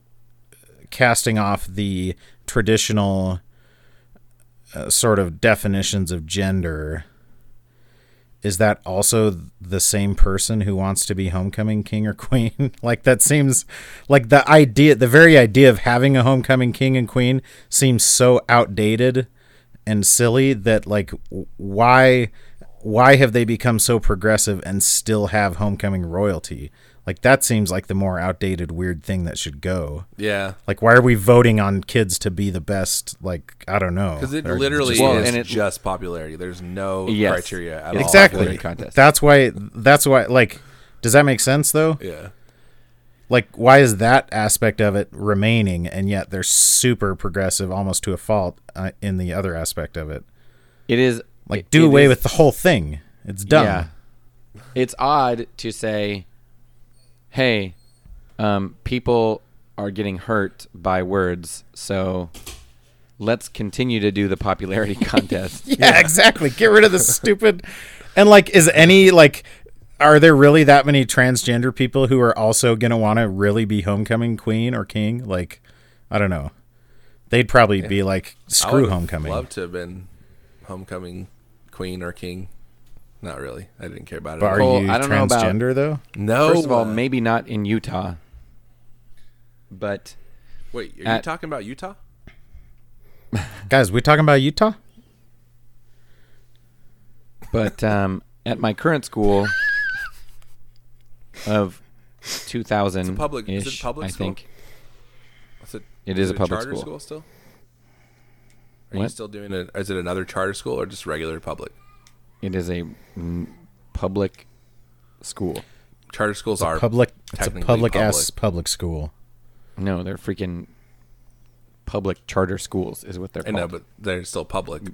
[SPEAKER 3] casting off the traditional uh, sort of definitions of gender is that also the same person who wants to be homecoming king or queen like that seems like the idea the very idea of having a homecoming king and queen seems so outdated and silly that like w- why why have they become so progressive and still have homecoming royalty like that seems like the more outdated weird thing that should go
[SPEAKER 1] Yeah,
[SPEAKER 3] like why are we voting on kids to be the best like i don't know
[SPEAKER 1] because it
[SPEAKER 3] Or
[SPEAKER 1] literally
[SPEAKER 3] just-
[SPEAKER 2] Well,
[SPEAKER 1] is
[SPEAKER 2] and it-
[SPEAKER 1] just popularity. There's no
[SPEAKER 2] Yes.
[SPEAKER 1] criteria at all.
[SPEAKER 2] popular
[SPEAKER 3] exactly
[SPEAKER 2] contest.
[SPEAKER 3] that's why that's why like does that make sense though
[SPEAKER 1] Yeah,
[SPEAKER 3] like why is that aspect of it remaining and yet they're super progressive almost to a fault uh, in the other aspect of it
[SPEAKER 2] It is
[SPEAKER 3] like
[SPEAKER 2] it-
[SPEAKER 3] do
[SPEAKER 2] it
[SPEAKER 3] away
[SPEAKER 2] is-
[SPEAKER 3] with the whole thing it's dumb
[SPEAKER 2] Yeah. It's odd to say, "Hey, um, people are getting hurt by words, so let's continue to do the popularity contest.
[SPEAKER 3] yeah, exactly. Get rid of the stupid. And like, is any like, are there really that many transgender people who are also gonna want to really be homecoming queen or king? Like, I don't know. They'd probably be like,
[SPEAKER 1] I
[SPEAKER 3] screw
[SPEAKER 1] would've
[SPEAKER 3] homecoming.
[SPEAKER 1] Loved to have been homecoming queen or king. Not really. I didn't care about it.
[SPEAKER 3] but are
[SPEAKER 1] at all.
[SPEAKER 2] Cole,
[SPEAKER 3] you
[SPEAKER 2] I don't know about-
[SPEAKER 3] transgender though?
[SPEAKER 1] no.
[SPEAKER 2] First of all,
[SPEAKER 1] uh,
[SPEAKER 2] maybe not in Utah, but
[SPEAKER 1] wait. Are you
[SPEAKER 2] at-
[SPEAKER 1] talking about Utah?
[SPEAKER 3] Guys, we talking about Utah?
[SPEAKER 2] but um, at my current school of two thousand,
[SPEAKER 1] It's a public- is it public
[SPEAKER 2] I
[SPEAKER 1] school?
[SPEAKER 2] think
[SPEAKER 1] Is it,
[SPEAKER 2] It is a public
[SPEAKER 1] charter
[SPEAKER 2] school.
[SPEAKER 1] still. Are you
[SPEAKER 2] What?
[SPEAKER 1] still doing it? Is it another charter school or just regular public?
[SPEAKER 2] it is a mm, public school.
[SPEAKER 1] Charter schools are
[SPEAKER 3] Public. It's a
[SPEAKER 1] technically
[SPEAKER 3] public ass public school.
[SPEAKER 2] No, they're freaking public charter schools, is what they're
[SPEAKER 1] I
[SPEAKER 2] called.
[SPEAKER 1] know, but they're still public.
[SPEAKER 2] Mm.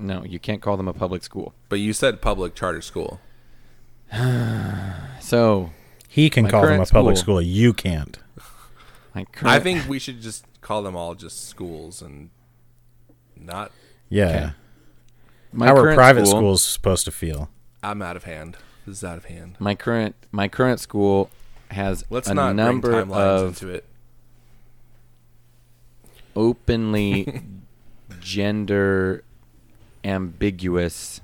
[SPEAKER 2] no, you can't call them a public school.
[SPEAKER 1] But you said public charter school.
[SPEAKER 2] So
[SPEAKER 3] He can
[SPEAKER 2] My
[SPEAKER 3] call them a
[SPEAKER 2] current
[SPEAKER 3] public
[SPEAKER 2] school.
[SPEAKER 3] school. You can't.
[SPEAKER 2] my current,
[SPEAKER 1] I think we should just call them all just schools and not.
[SPEAKER 3] Yeah.
[SPEAKER 2] Okay. my
[SPEAKER 3] How are
[SPEAKER 2] current
[SPEAKER 3] private
[SPEAKER 2] school-
[SPEAKER 3] schools supposed to feel?
[SPEAKER 1] I'm out of hand. This is out of hand.
[SPEAKER 2] My current my current school has
[SPEAKER 1] Let's
[SPEAKER 2] a
[SPEAKER 1] not bring
[SPEAKER 2] number
[SPEAKER 1] timelines
[SPEAKER 2] of
[SPEAKER 1] into it.
[SPEAKER 2] openly gender ambiguous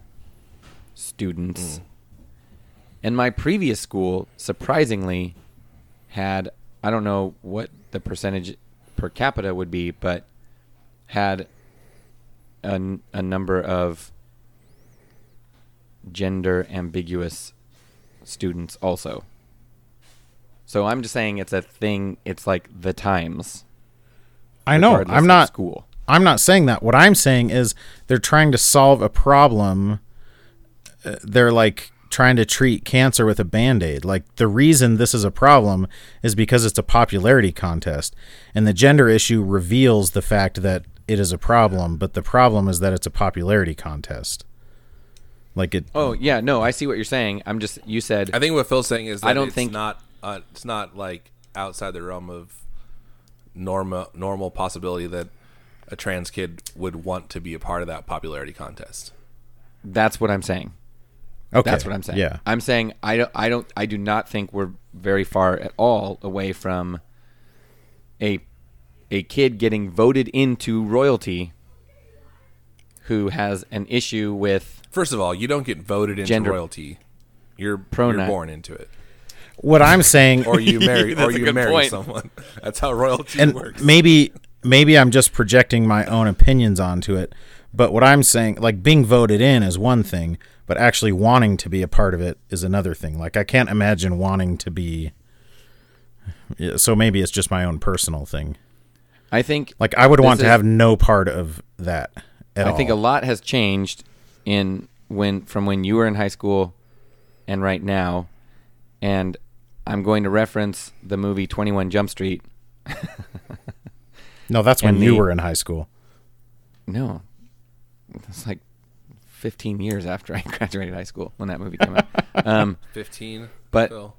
[SPEAKER 2] students. And my previous school, surprisingly, had I don't know what the percentage per capita would be, but had a, n- a number of gender ambiguous students also. So I'm just saying it's a thing. It's like the times.
[SPEAKER 3] I know.
[SPEAKER 2] regardless
[SPEAKER 3] I'm
[SPEAKER 2] of
[SPEAKER 3] not.
[SPEAKER 2] school.
[SPEAKER 3] I'm not saying that. What I'm saying is they're trying to solve a problem. Uh, They're like trying to treat cancer with a band aid. Like the reason this is a problem is because it's a popularity contest. And the gender issue reveals the fact that it is a problem, but the problem is that it's a popularity contest. Like it.
[SPEAKER 2] Oh yeah, no, I see what you're saying. I'm just you said
[SPEAKER 1] I think what Phil's saying is that
[SPEAKER 2] I don't
[SPEAKER 1] it's
[SPEAKER 2] think-
[SPEAKER 1] not uh, it's not like outside the realm of normal normal possibility that a trans kid would want to be a part of that popularity contest.
[SPEAKER 2] that's what I'm saying.
[SPEAKER 3] okay.
[SPEAKER 2] That's what I'm saying.
[SPEAKER 3] Yeah.
[SPEAKER 2] I'm saying I don't I don't I do not think we're very far at all away from a a kid getting voted into royalty who has an issue with
[SPEAKER 1] First of all, you don't get voted into
[SPEAKER 2] Gender-
[SPEAKER 1] royalty. You're, you're
[SPEAKER 2] Pronoun.
[SPEAKER 1] born into it,
[SPEAKER 3] What I'm saying.
[SPEAKER 1] or you marry, or
[SPEAKER 2] That's a
[SPEAKER 1] you
[SPEAKER 2] good
[SPEAKER 1] marry
[SPEAKER 2] point.
[SPEAKER 1] someone. That's how royalty
[SPEAKER 3] and
[SPEAKER 1] works.
[SPEAKER 3] maybe maybe I'm just projecting my own opinions onto it. But what I'm saying, like being voted in, is one thing, but actually wanting to be a part of it is another thing. Like I can't imagine wanting to be. Yeah, So maybe it's just my own personal thing.
[SPEAKER 2] I think
[SPEAKER 3] Like I would want
[SPEAKER 2] This
[SPEAKER 3] to
[SPEAKER 2] is-
[SPEAKER 3] have no part of that at
[SPEAKER 2] I
[SPEAKER 3] all.
[SPEAKER 2] think a lot has changed in when from when you were in high school and right now. And I'm going to reference the movie 21 Jump Street.
[SPEAKER 3] no, that's when
[SPEAKER 2] and
[SPEAKER 3] you
[SPEAKER 2] the-
[SPEAKER 3] were in high school.
[SPEAKER 2] No, it's like 15 years after I graduated high school when that movie came out. Um,
[SPEAKER 1] Fifteen,
[SPEAKER 2] But-
[SPEAKER 1] Phil.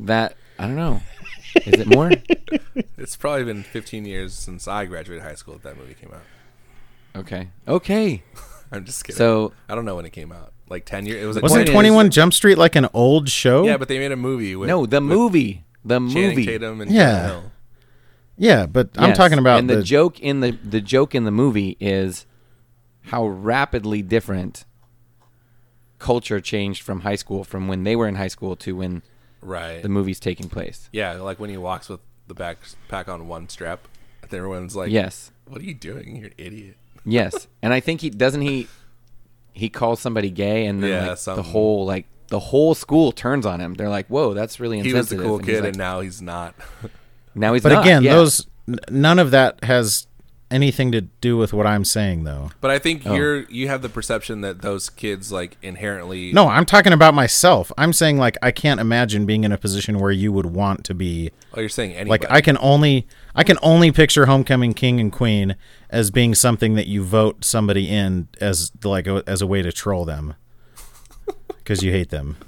[SPEAKER 2] that I don't know. Is it more?
[SPEAKER 1] it's probably been fifteen years since I graduated high school. That that movie came out.
[SPEAKER 2] Okay. Okay.
[SPEAKER 1] I'm just kidding.
[SPEAKER 2] So
[SPEAKER 1] I don't know when it came out. Like ten years. It was a
[SPEAKER 3] Wasn't
[SPEAKER 2] point is-
[SPEAKER 3] 21 Jump Street like an old show?
[SPEAKER 1] Yeah, but they made a movie with
[SPEAKER 2] no, the
[SPEAKER 1] with
[SPEAKER 2] movie, the
[SPEAKER 1] Channing
[SPEAKER 2] movie.
[SPEAKER 1] Tatum and
[SPEAKER 3] Yeah.
[SPEAKER 1] Jonah Hill.
[SPEAKER 3] Yeah, but I'm
[SPEAKER 2] Yes.
[SPEAKER 3] talking about
[SPEAKER 2] and the, joke in the the joke in the movie is how rapidly different culture changed from high school from when they were in high school to when
[SPEAKER 1] Right.
[SPEAKER 2] the movie's taking place.
[SPEAKER 1] yeah, like when he walks with the backpack on one strap, and everyone's like,
[SPEAKER 2] Yes.
[SPEAKER 1] what are you doing? You're an idiot."
[SPEAKER 2] Yes, and I think he doesn't he he calls somebody gay, and then
[SPEAKER 1] Yeah,
[SPEAKER 2] like, the
[SPEAKER 1] something.
[SPEAKER 2] whole like the whole school turns on him. They're like, "Whoa, that's really
[SPEAKER 1] He was the
[SPEAKER 2] insensitive."
[SPEAKER 1] cool
[SPEAKER 2] and he's
[SPEAKER 1] kid,
[SPEAKER 2] like-
[SPEAKER 1] and now he's not.
[SPEAKER 2] now he's
[SPEAKER 3] but
[SPEAKER 2] not.
[SPEAKER 3] again,
[SPEAKER 2] Yeah.
[SPEAKER 3] those n- none of that has anything to do with what I'm saying though.
[SPEAKER 1] But I think
[SPEAKER 2] Oh.
[SPEAKER 1] you're you have the perception that those kids like inherently
[SPEAKER 3] No, I'm talking about myself. I'm saying like I can't imagine being in a position where you would want to be.
[SPEAKER 1] Oh, you're saying anybody.
[SPEAKER 3] Like I can only I can only picture homecoming king and queen as being something that you vote somebody in as like a, as a way to troll them because you hate them.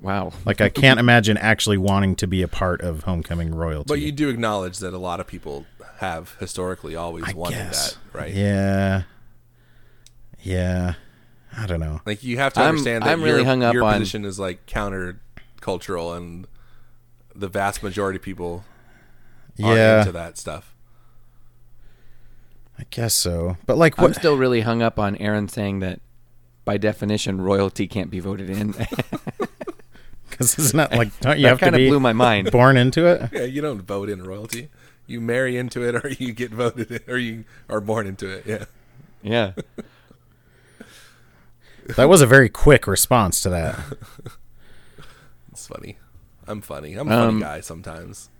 [SPEAKER 2] Wow.
[SPEAKER 3] Like I can't imagine actually wanting to be a part of homecoming royalty.
[SPEAKER 1] But you do acknowledge that a lot of people have historically always wanted
[SPEAKER 3] Yes.
[SPEAKER 1] that, right?
[SPEAKER 3] Yeah. Yeah. I don't know.
[SPEAKER 1] Like you have to
[SPEAKER 2] I'm-
[SPEAKER 1] understand that
[SPEAKER 2] I'm really
[SPEAKER 1] your,
[SPEAKER 2] hung up
[SPEAKER 1] your
[SPEAKER 2] on-
[SPEAKER 1] position is like counter cultural and the vast majority of people are
[SPEAKER 3] Yeah.
[SPEAKER 1] into that stuff.
[SPEAKER 3] I guess so. But like
[SPEAKER 2] I'm
[SPEAKER 3] what
[SPEAKER 2] still really hung up on Aaron saying that by definition royalty can't be voted in.
[SPEAKER 3] cuz it's not like don't you
[SPEAKER 2] That
[SPEAKER 3] have to
[SPEAKER 2] kinda
[SPEAKER 3] be
[SPEAKER 2] blew my mind.
[SPEAKER 3] born into it?
[SPEAKER 1] Yeah, you don't vote in royalty. You marry into it or you get voted in or you are born into it. Yeah.
[SPEAKER 2] yeah.
[SPEAKER 3] That was a very quick response to that.
[SPEAKER 1] It's funny. I'm funny. I'm a funny
[SPEAKER 2] Um,
[SPEAKER 1] guy sometimes.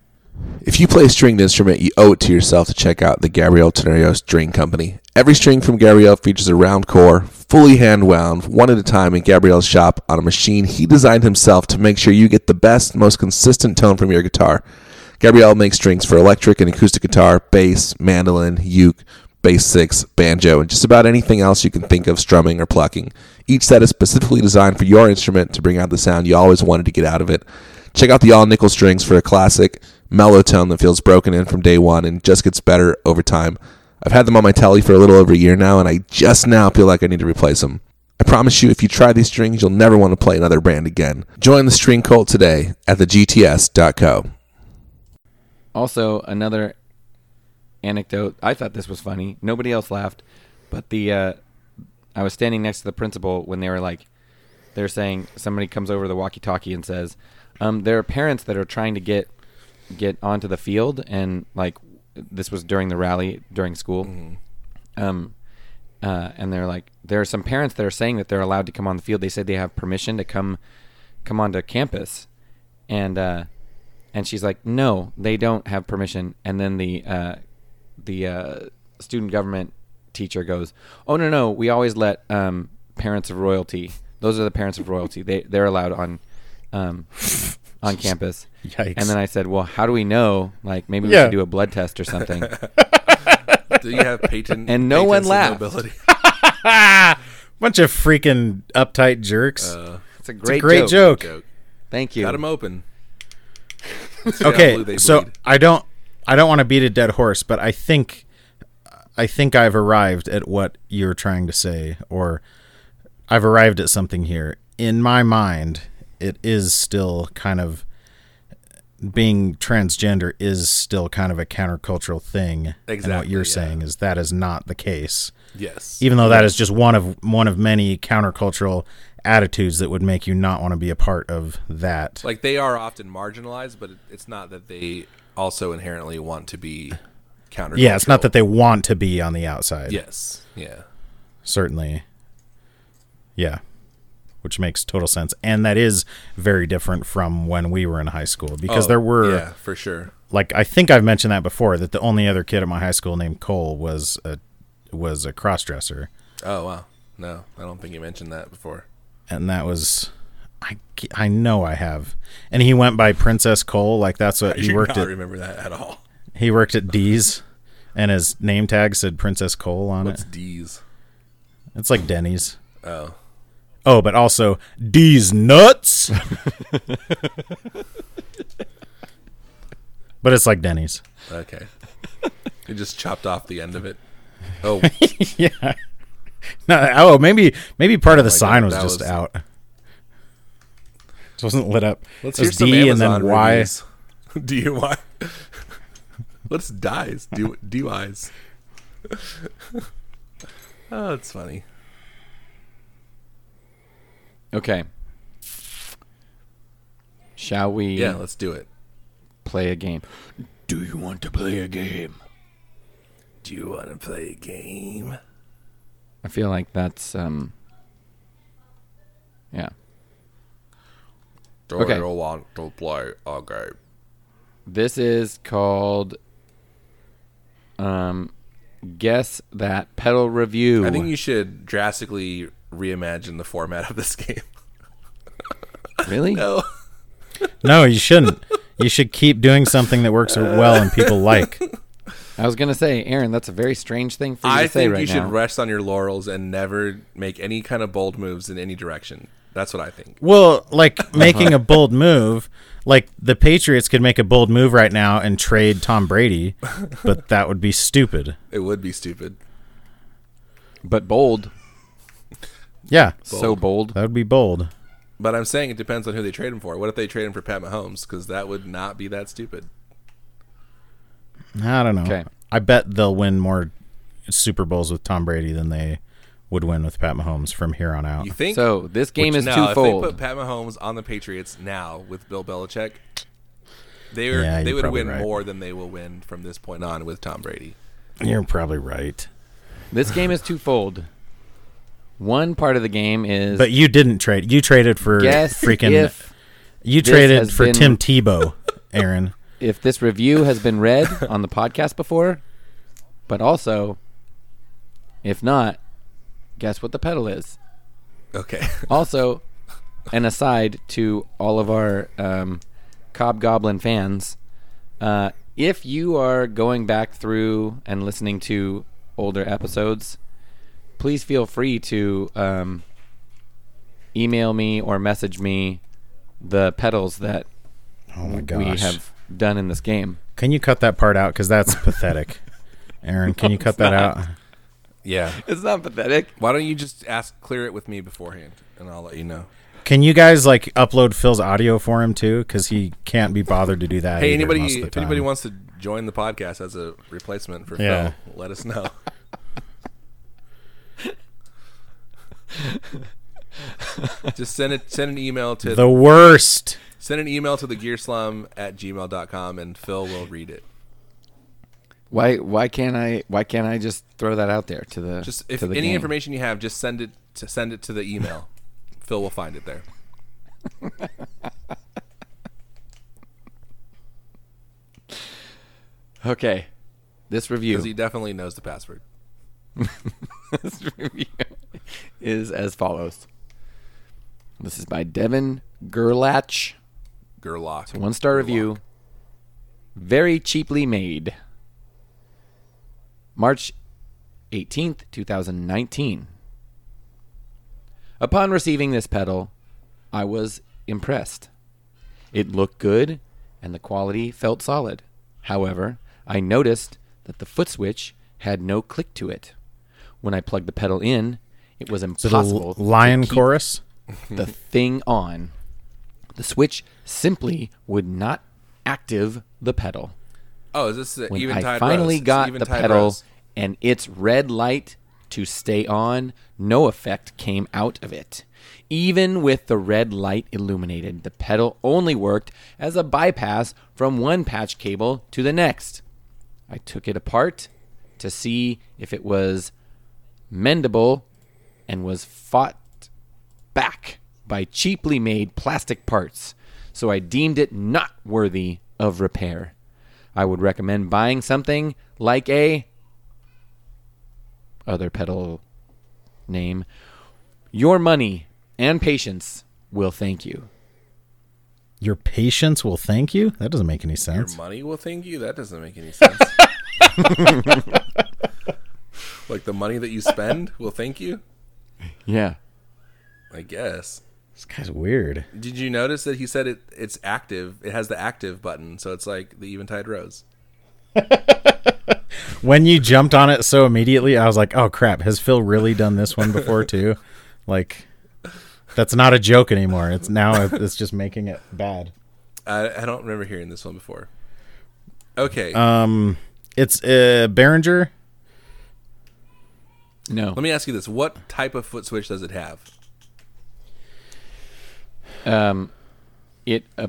[SPEAKER 1] If you play a stringed instrument, you owe it to yourself to check out the Gabriel Tenorio String Company. Every string from Gabriel features a round core, fully hand wound, one at a time in Gabriel's shop on a machine he designed himself to make sure you get the best, most consistent tone from your guitar. Gabriel makes strings for electric and acoustic guitar, bass, mandolin, uke, bass six, banjo, and just about anything else you can think of strumming or plucking. Each set is specifically designed for your instrument to bring out the sound you always wanted to get out of it. Check out the all nickel strings for a classic mellow tone that feels broken in from day one and just gets better over time. I've had them on my telly for a little over a year now, and I just now feel like I need to replace them. I promise you, if you try these strings, you'll never want to play another brand again. Join the string cult today at thegts.co.
[SPEAKER 2] Also, another anecdote. I thought this was funny. Nobody else laughed, but the uh, I was standing next to the principal when they were like, they're saying somebody comes over the walkie-talkie and says, um, there are parents that are trying to get get onto the field, and like this was during the rally during school, um, uh, and they're like, there are some parents that are saying that they're allowed to come on the field. They said they have permission to come come onto campus, and uh, and she's like, "No, they don't have permission." And then the uh, the uh, student government teacher goes, "Oh no, no, we always let um, parents of royalty. Those are the parents of royalty. They they're allowed on um, on campus."
[SPEAKER 3] Yikes.
[SPEAKER 2] And then I said, "Well, how do we know? Like, maybe we
[SPEAKER 3] Yeah.
[SPEAKER 2] should do a blood test or something."
[SPEAKER 1] Do you have patent?
[SPEAKER 2] And no one patents of laughed.
[SPEAKER 3] Bunch of freaking uptight jerks.
[SPEAKER 1] Uh,
[SPEAKER 2] it's a great,
[SPEAKER 3] great joke.
[SPEAKER 2] Thank you.
[SPEAKER 1] Got him open.
[SPEAKER 3] okay, so I don't I don't want to beat a dead horse, but I think I think I've arrived at what you're trying to say or I've arrived at something here. In my mind, it is still kind of being transgender is still kind of a countercultural thing. And what
[SPEAKER 1] Exactly,
[SPEAKER 3] you're
[SPEAKER 1] yeah.
[SPEAKER 3] saying is that is not the case.
[SPEAKER 1] yes,
[SPEAKER 3] Even though that is just one of one of many countercultural attitudes that would make you not want to be a part of that.
[SPEAKER 1] like they are often marginalized, but it- it's not that they also inherently want to be counter.
[SPEAKER 3] yeah, it's not that they want to be on the outside.
[SPEAKER 1] Yes, yeah,
[SPEAKER 3] certainly. Yeah. Which makes total sense. And that is very different from when we were in high school because
[SPEAKER 1] Oh,
[SPEAKER 3] there were,
[SPEAKER 1] yeah for sure.
[SPEAKER 3] like, I think I've mentioned that before that the only other kid at my high school named Cole was a was a crossdresser,
[SPEAKER 1] Oh wow, no, I don't think you mentioned that before.
[SPEAKER 3] and that was, I, ge- I know I have, and he went by Princess Cole, like that's what
[SPEAKER 1] I
[SPEAKER 3] he
[SPEAKER 1] do
[SPEAKER 3] worked
[SPEAKER 1] not
[SPEAKER 3] at.
[SPEAKER 1] remember that at all.
[SPEAKER 3] He worked at D's, and his name tag said Princess Cole on
[SPEAKER 1] What's
[SPEAKER 3] it.
[SPEAKER 1] D's?
[SPEAKER 3] It's like Denny's.
[SPEAKER 1] Oh,
[SPEAKER 3] Oh, but also D's nuts. but it's like Denny's.
[SPEAKER 1] okay. you just chopped off the end of it. Oh,
[SPEAKER 3] No, oh, maybe maybe part of the
[SPEAKER 1] my
[SPEAKER 3] sign
[SPEAKER 1] God,
[SPEAKER 3] was
[SPEAKER 1] that
[SPEAKER 3] just
[SPEAKER 1] was-
[SPEAKER 3] out. It wasn't lit up.
[SPEAKER 1] let's
[SPEAKER 3] It
[SPEAKER 1] hear
[SPEAKER 3] was
[SPEAKER 1] some
[SPEAKER 3] D
[SPEAKER 1] Amazon
[SPEAKER 3] and then Y.
[SPEAKER 1] reviews. DUI. Let's dies. Du- DUIs. oh, it's funny.
[SPEAKER 2] okay. Shall we
[SPEAKER 1] Yeah, let's do it.
[SPEAKER 2] play a game?
[SPEAKER 1] Do you want to play a game? Do you want to play a game?
[SPEAKER 2] I feel like that's um. Yeah.
[SPEAKER 1] Do
[SPEAKER 2] Okay.
[SPEAKER 1] you want to play a game?
[SPEAKER 2] This is called um guess that pedal review.
[SPEAKER 1] I think you should drastically reimagine the format of this game.
[SPEAKER 2] really?
[SPEAKER 1] No.
[SPEAKER 3] No, you shouldn't. You should keep doing something that works well and people like.
[SPEAKER 2] I was gonna say, Aaron, that's a very strange thing for you
[SPEAKER 1] I
[SPEAKER 2] to say
[SPEAKER 1] think
[SPEAKER 2] right
[SPEAKER 1] you should
[SPEAKER 2] now.
[SPEAKER 1] rest on your laurels and never make any kind of bold moves in any direction. That's what I think.
[SPEAKER 3] Well, like making a bold move, like the Patriots could make a bold move right now and trade Tom Brady, but that would be stupid.
[SPEAKER 1] It would be stupid.
[SPEAKER 2] But bold,
[SPEAKER 3] Yeah,
[SPEAKER 2] so bold.
[SPEAKER 3] that would be bold.
[SPEAKER 1] But I'm saying it depends on who they trade him for. What if they trade him for Pat Mahomes? Because that would not be that stupid.
[SPEAKER 3] I don't know.
[SPEAKER 2] Okay.
[SPEAKER 3] I bet they'll win more Super Bowls with Tom Brady than they would win with Pat Mahomes from here on out.
[SPEAKER 1] You think?
[SPEAKER 2] So this game
[SPEAKER 1] Which-
[SPEAKER 2] is
[SPEAKER 1] no,
[SPEAKER 2] twofold.
[SPEAKER 1] If they put Pat Mahomes on the Patriots now with Bill Belichick, they are,
[SPEAKER 3] Yeah,
[SPEAKER 1] they
[SPEAKER 3] you're
[SPEAKER 1] would
[SPEAKER 3] probably
[SPEAKER 1] win
[SPEAKER 3] right.
[SPEAKER 1] more than they will win from this point on with Tom Brady.
[SPEAKER 3] You're probably right.
[SPEAKER 2] this game is twofold. One part of the game is
[SPEAKER 3] But you didn't trade. You traded for
[SPEAKER 2] guess
[SPEAKER 3] freaking.
[SPEAKER 2] if
[SPEAKER 3] you
[SPEAKER 2] this
[SPEAKER 3] traded
[SPEAKER 2] has
[SPEAKER 3] for
[SPEAKER 2] been-
[SPEAKER 3] Tim Tebow, Aaron.
[SPEAKER 2] if this review has been read on the podcast before, but also, if not, guess what the pedal is.
[SPEAKER 1] Okay.
[SPEAKER 2] Also, an aside to all of our um, Cobb Goblin fans, uh, if you are going back through and listening to older episodes, please feel free to um, email me or message me the pedals that
[SPEAKER 3] Oh my gosh.
[SPEAKER 2] we have done in this game.
[SPEAKER 3] Can you cut that part out? Because that's pathetic. Aaron, can you cut that out?
[SPEAKER 1] yeah.
[SPEAKER 2] It's not pathetic.
[SPEAKER 1] Why don't you just ask clear it with me beforehand, and I'll let you know.
[SPEAKER 3] Can you guys like upload Phil's audio for him too? Because he can't be bothered to do that.
[SPEAKER 1] Hey,
[SPEAKER 3] either most
[SPEAKER 1] anybody,
[SPEAKER 3] of the
[SPEAKER 1] if anybody
[SPEAKER 3] time.
[SPEAKER 1] wants to join the podcast as a replacement for
[SPEAKER 3] Yeah.
[SPEAKER 1] Phil, let us know. Just send it. Send an email to
[SPEAKER 3] the worst.
[SPEAKER 1] send an email to the gearslum at gmail.com and Phil will read it.
[SPEAKER 2] Why? Why can't I? Why can't I just throw that out there to the
[SPEAKER 1] Just if
[SPEAKER 2] to the
[SPEAKER 1] any
[SPEAKER 2] gang?
[SPEAKER 1] information you have, just send it to send it to the email. Phil will find it there.
[SPEAKER 2] Okay, this review.
[SPEAKER 1] Because he definitely knows the password.
[SPEAKER 2] this review is as follows. This is by Devin Gerlach.
[SPEAKER 1] Gerlach.
[SPEAKER 2] One star review. Very cheaply made. March 18th, 2019. Upon receiving this pedal, I was impressed. It looked good and the quality felt solid. However, I noticed that the foot switch had no click to it. When I plugged the pedal in, it was
[SPEAKER 3] Is it a
[SPEAKER 2] impossible.
[SPEAKER 3] l- lion
[SPEAKER 2] to keep
[SPEAKER 3] chorus?
[SPEAKER 2] the thing on. The switch simply would not active the pedal.
[SPEAKER 1] Oh, is this
[SPEAKER 2] When
[SPEAKER 1] even
[SPEAKER 2] I
[SPEAKER 1] tied
[SPEAKER 2] finally got the pedal
[SPEAKER 1] Rose.
[SPEAKER 2] and its red light to stay on, no effect came out of it. Even with the red light illuminated, the pedal only worked as a bypass from one patch cable to the next. I took it apart to see if it was mendable and was fought back by cheaply made plastic parts, so I deemed it not worthy of repair. I would recommend buying something like a other pedal name. Your money and patience will thank you.
[SPEAKER 3] Your patience will thank you. That doesn't make any
[SPEAKER 1] Your
[SPEAKER 3] sense.
[SPEAKER 1] money will thank you? That doesn't make any sense. like the money that you spend will thank you?
[SPEAKER 2] Yeah.
[SPEAKER 1] I guess.
[SPEAKER 3] This guy's weird.
[SPEAKER 1] Did you notice that he said it it's active? It has the active button, so it's like the Eventide Rose.
[SPEAKER 3] When you jumped on it so immediately, I was like, "Oh crap! Has Phil really done this one before too?" like, that's not a joke anymore. It's now it's just making it bad.
[SPEAKER 1] I, I don't remember hearing this one before. Okay.
[SPEAKER 2] Uh,
[SPEAKER 3] Um, it's uh, Behringer.
[SPEAKER 2] No.
[SPEAKER 1] Let me ask you this. What type of foot switch does it have?
[SPEAKER 2] Um it uh,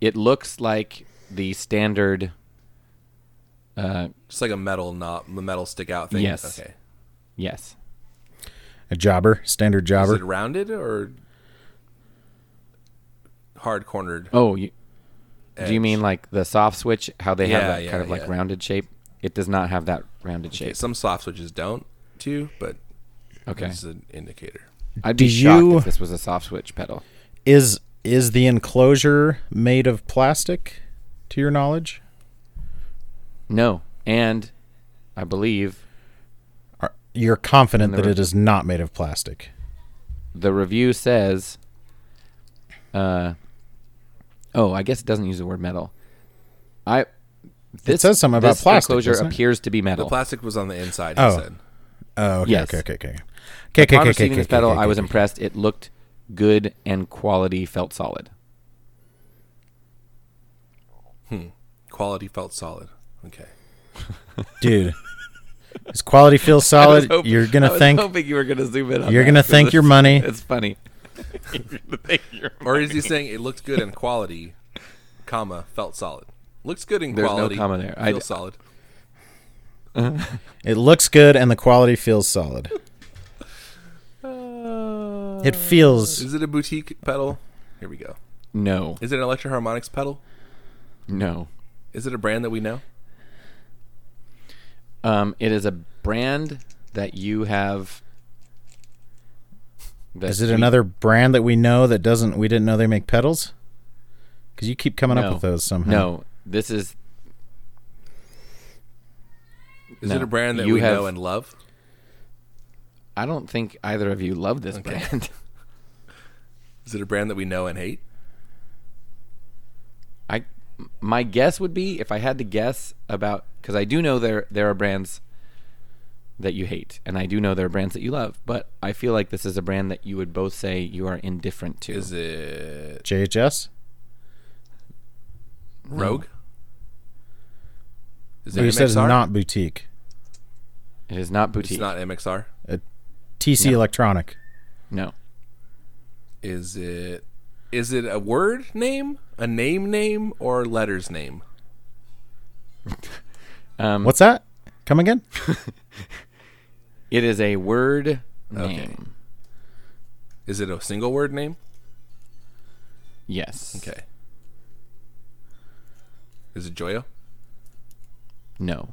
[SPEAKER 2] it looks like the standard uh
[SPEAKER 1] Just like a metal knob, the metal stick out thing.
[SPEAKER 2] Yes.
[SPEAKER 1] Okay.
[SPEAKER 2] yes.
[SPEAKER 3] A jobber, standard
[SPEAKER 1] Is
[SPEAKER 3] jobber.
[SPEAKER 1] it rounded or hard cornered?
[SPEAKER 2] Oh, you, Do you mean like the soft switch? How they have
[SPEAKER 1] Yeah,
[SPEAKER 2] that
[SPEAKER 1] yeah,
[SPEAKER 2] kind of like
[SPEAKER 1] yeah.
[SPEAKER 2] rounded shape? It does not have that rounded shape.
[SPEAKER 1] some soft switches don't too, but
[SPEAKER 2] Okay,
[SPEAKER 1] it's an indicator.
[SPEAKER 2] I'd be
[SPEAKER 3] Do
[SPEAKER 2] shocked
[SPEAKER 3] you-
[SPEAKER 2] if this was a soft switch pedal.
[SPEAKER 3] Is is the enclosure made of plastic, to your knowledge?
[SPEAKER 2] No, and I believe
[SPEAKER 3] Are, you're
[SPEAKER 2] And
[SPEAKER 3] confident
[SPEAKER 2] the
[SPEAKER 3] that
[SPEAKER 2] re-
[SPEAKER 3] it is not made of plastic.
[SPEAKER 2] the review says, uh, oh, I guess it doesn't use the word metal. I this
[SPEAKER 3] says something about
[SPEAKER 2] this
[SPEAKER 3] plastic,
[SPEAKER 2] enclosure
[SPEAKER 3] doesn't it?
[SPEAKER 2] appears to be
[SPEAKER 1] The
[SPEAKER 2] metal.
[SPEAKER 1] plastic was on the inside. He
[SPEAKER 3] Oh.
[SPEAKER 1] said.
[SPEAKER 3] Oh, okay,
[SPEAKER 2] Yes.
[SPEAKER 3] okay, okay, okay. Okay, okay,
[SPEAKER 2] Upon
[SPEAKER 3] okay,
[SPEAKER 2] receiving
[SPEAKER 3] okay,
[SPEAKER 2] this medal,
[SPEAKER 3] okay,
[SPEAKER 2] I was
[SPEAKER 3] okay.
[SPEAKER 2] impressed. It looked good and quality felt solid.
[SPEAKER 1] Quality felt solid. Okay.
[SPEAKER 3] dude. His quality feels
[SPEAKER 2] I was
[SPEAKER 3] solid.
[SPEAKER 2] hop-
[SPEAKER 3] You're
[SPEAKER 2] I
[SPEAKER 3] gonna
[SPEAKER 2] was
[SPEAKER 3] thank
[SPEAKER 2] hoping you were gonna zoom in. On
[SPEAKER 3] you're
[SPEAKER 2] that,
[SPEAKER 3] gonna
[SPEAKER 2] 'cause
[SPEAKER 3] thank your
[SPEAKER 2] it's-
[SPEAKER 3] money.
[SPEAKER 2] It's funny. You're gonna thank your
[SPEAKER 1] Or is he saying it looked good and quality, comma felt solid? Looks good in
[SPEAKER 2] There's no
[SPEAKER 1] quality.
[SPEAKER 2] comma there. I
[SPEAKER 1] Feels
[SPEAKER 2] d-
[SPEAKER 1] solid.
[SPEAKER 3] It looks good and the quality feels solid.
[SPEAKER 2] Uh,
[SPEAKER 3] It feels
[SPEAKER 1] Is it a boutique pedal? Here we go.
[SPEAKER 2] no,
[SPEAKER 1] Is it an electro harmonics pedal?
[SPEAKER 2] no.
[SPEAKER 1] Is it a brand that we know?
[SPEAKER 2] Um, it is a brand that you have. that
[SPEAKER 3] Is it
[SPEAKER 2] we-
[SPEAKER 3] another brand that we know that doesn't we didn't know they make pedals? Cuz you keep coming
[SPEAKER 2] No.
[SPEAKER 3] up with those somehow.
[SPEAKER 2] No, this is
[SPEAKER 1] Is
[SPEAKER 2] No.
[SPEAKER 1] it a brand that
[SPEAKER 2] You
[SPEAKER 1] we
[SPEAKER 2] have-
[SPEAKER 1] know and love?
[SPEAKER 2] I don't think either of you love this brand.
[SPEAKER 1] Is it a brand that we know and hate?
[SPEAKER 2] I my guess would be if I had to guess about because I do know there there are brands that you hate and I do know there are brands that you love, but I feel like this is a brand that you would both say you are indifferent to.
[SPEAKER 1] Is it
[SPEAKER 3] JHS?
[SPEAKER 1] Rogue? Is
[SPEAKER 3] Who
[SPEAKER 1] it
[SPEAKER 3] says
[SPEAKER 1] MXR?
[SPEAKER 3] not boutique?
[SPEAKER 2] it is not boutique.
[SPEAKER 1] It's not MXR.
[SPEAKER 3] TC Electronic.
[SPEAKER 2] No.
[SPEAKER 1] Is it? Is it a word name, a name name, or letters name?
[SPEAKER 2] Um,
[SPEAKER 3] What's that? Come again?
[SPEAKER 2] It is a word
[SPEAKER 1] Okay.
[SPEAKER 2] name.
[SPEAKER 1] Is it a single word name?
[SPEAKER 2] Yes.
[SPEAKER 1] Okay. Is it Joyo?
[SPEAKER 2] No.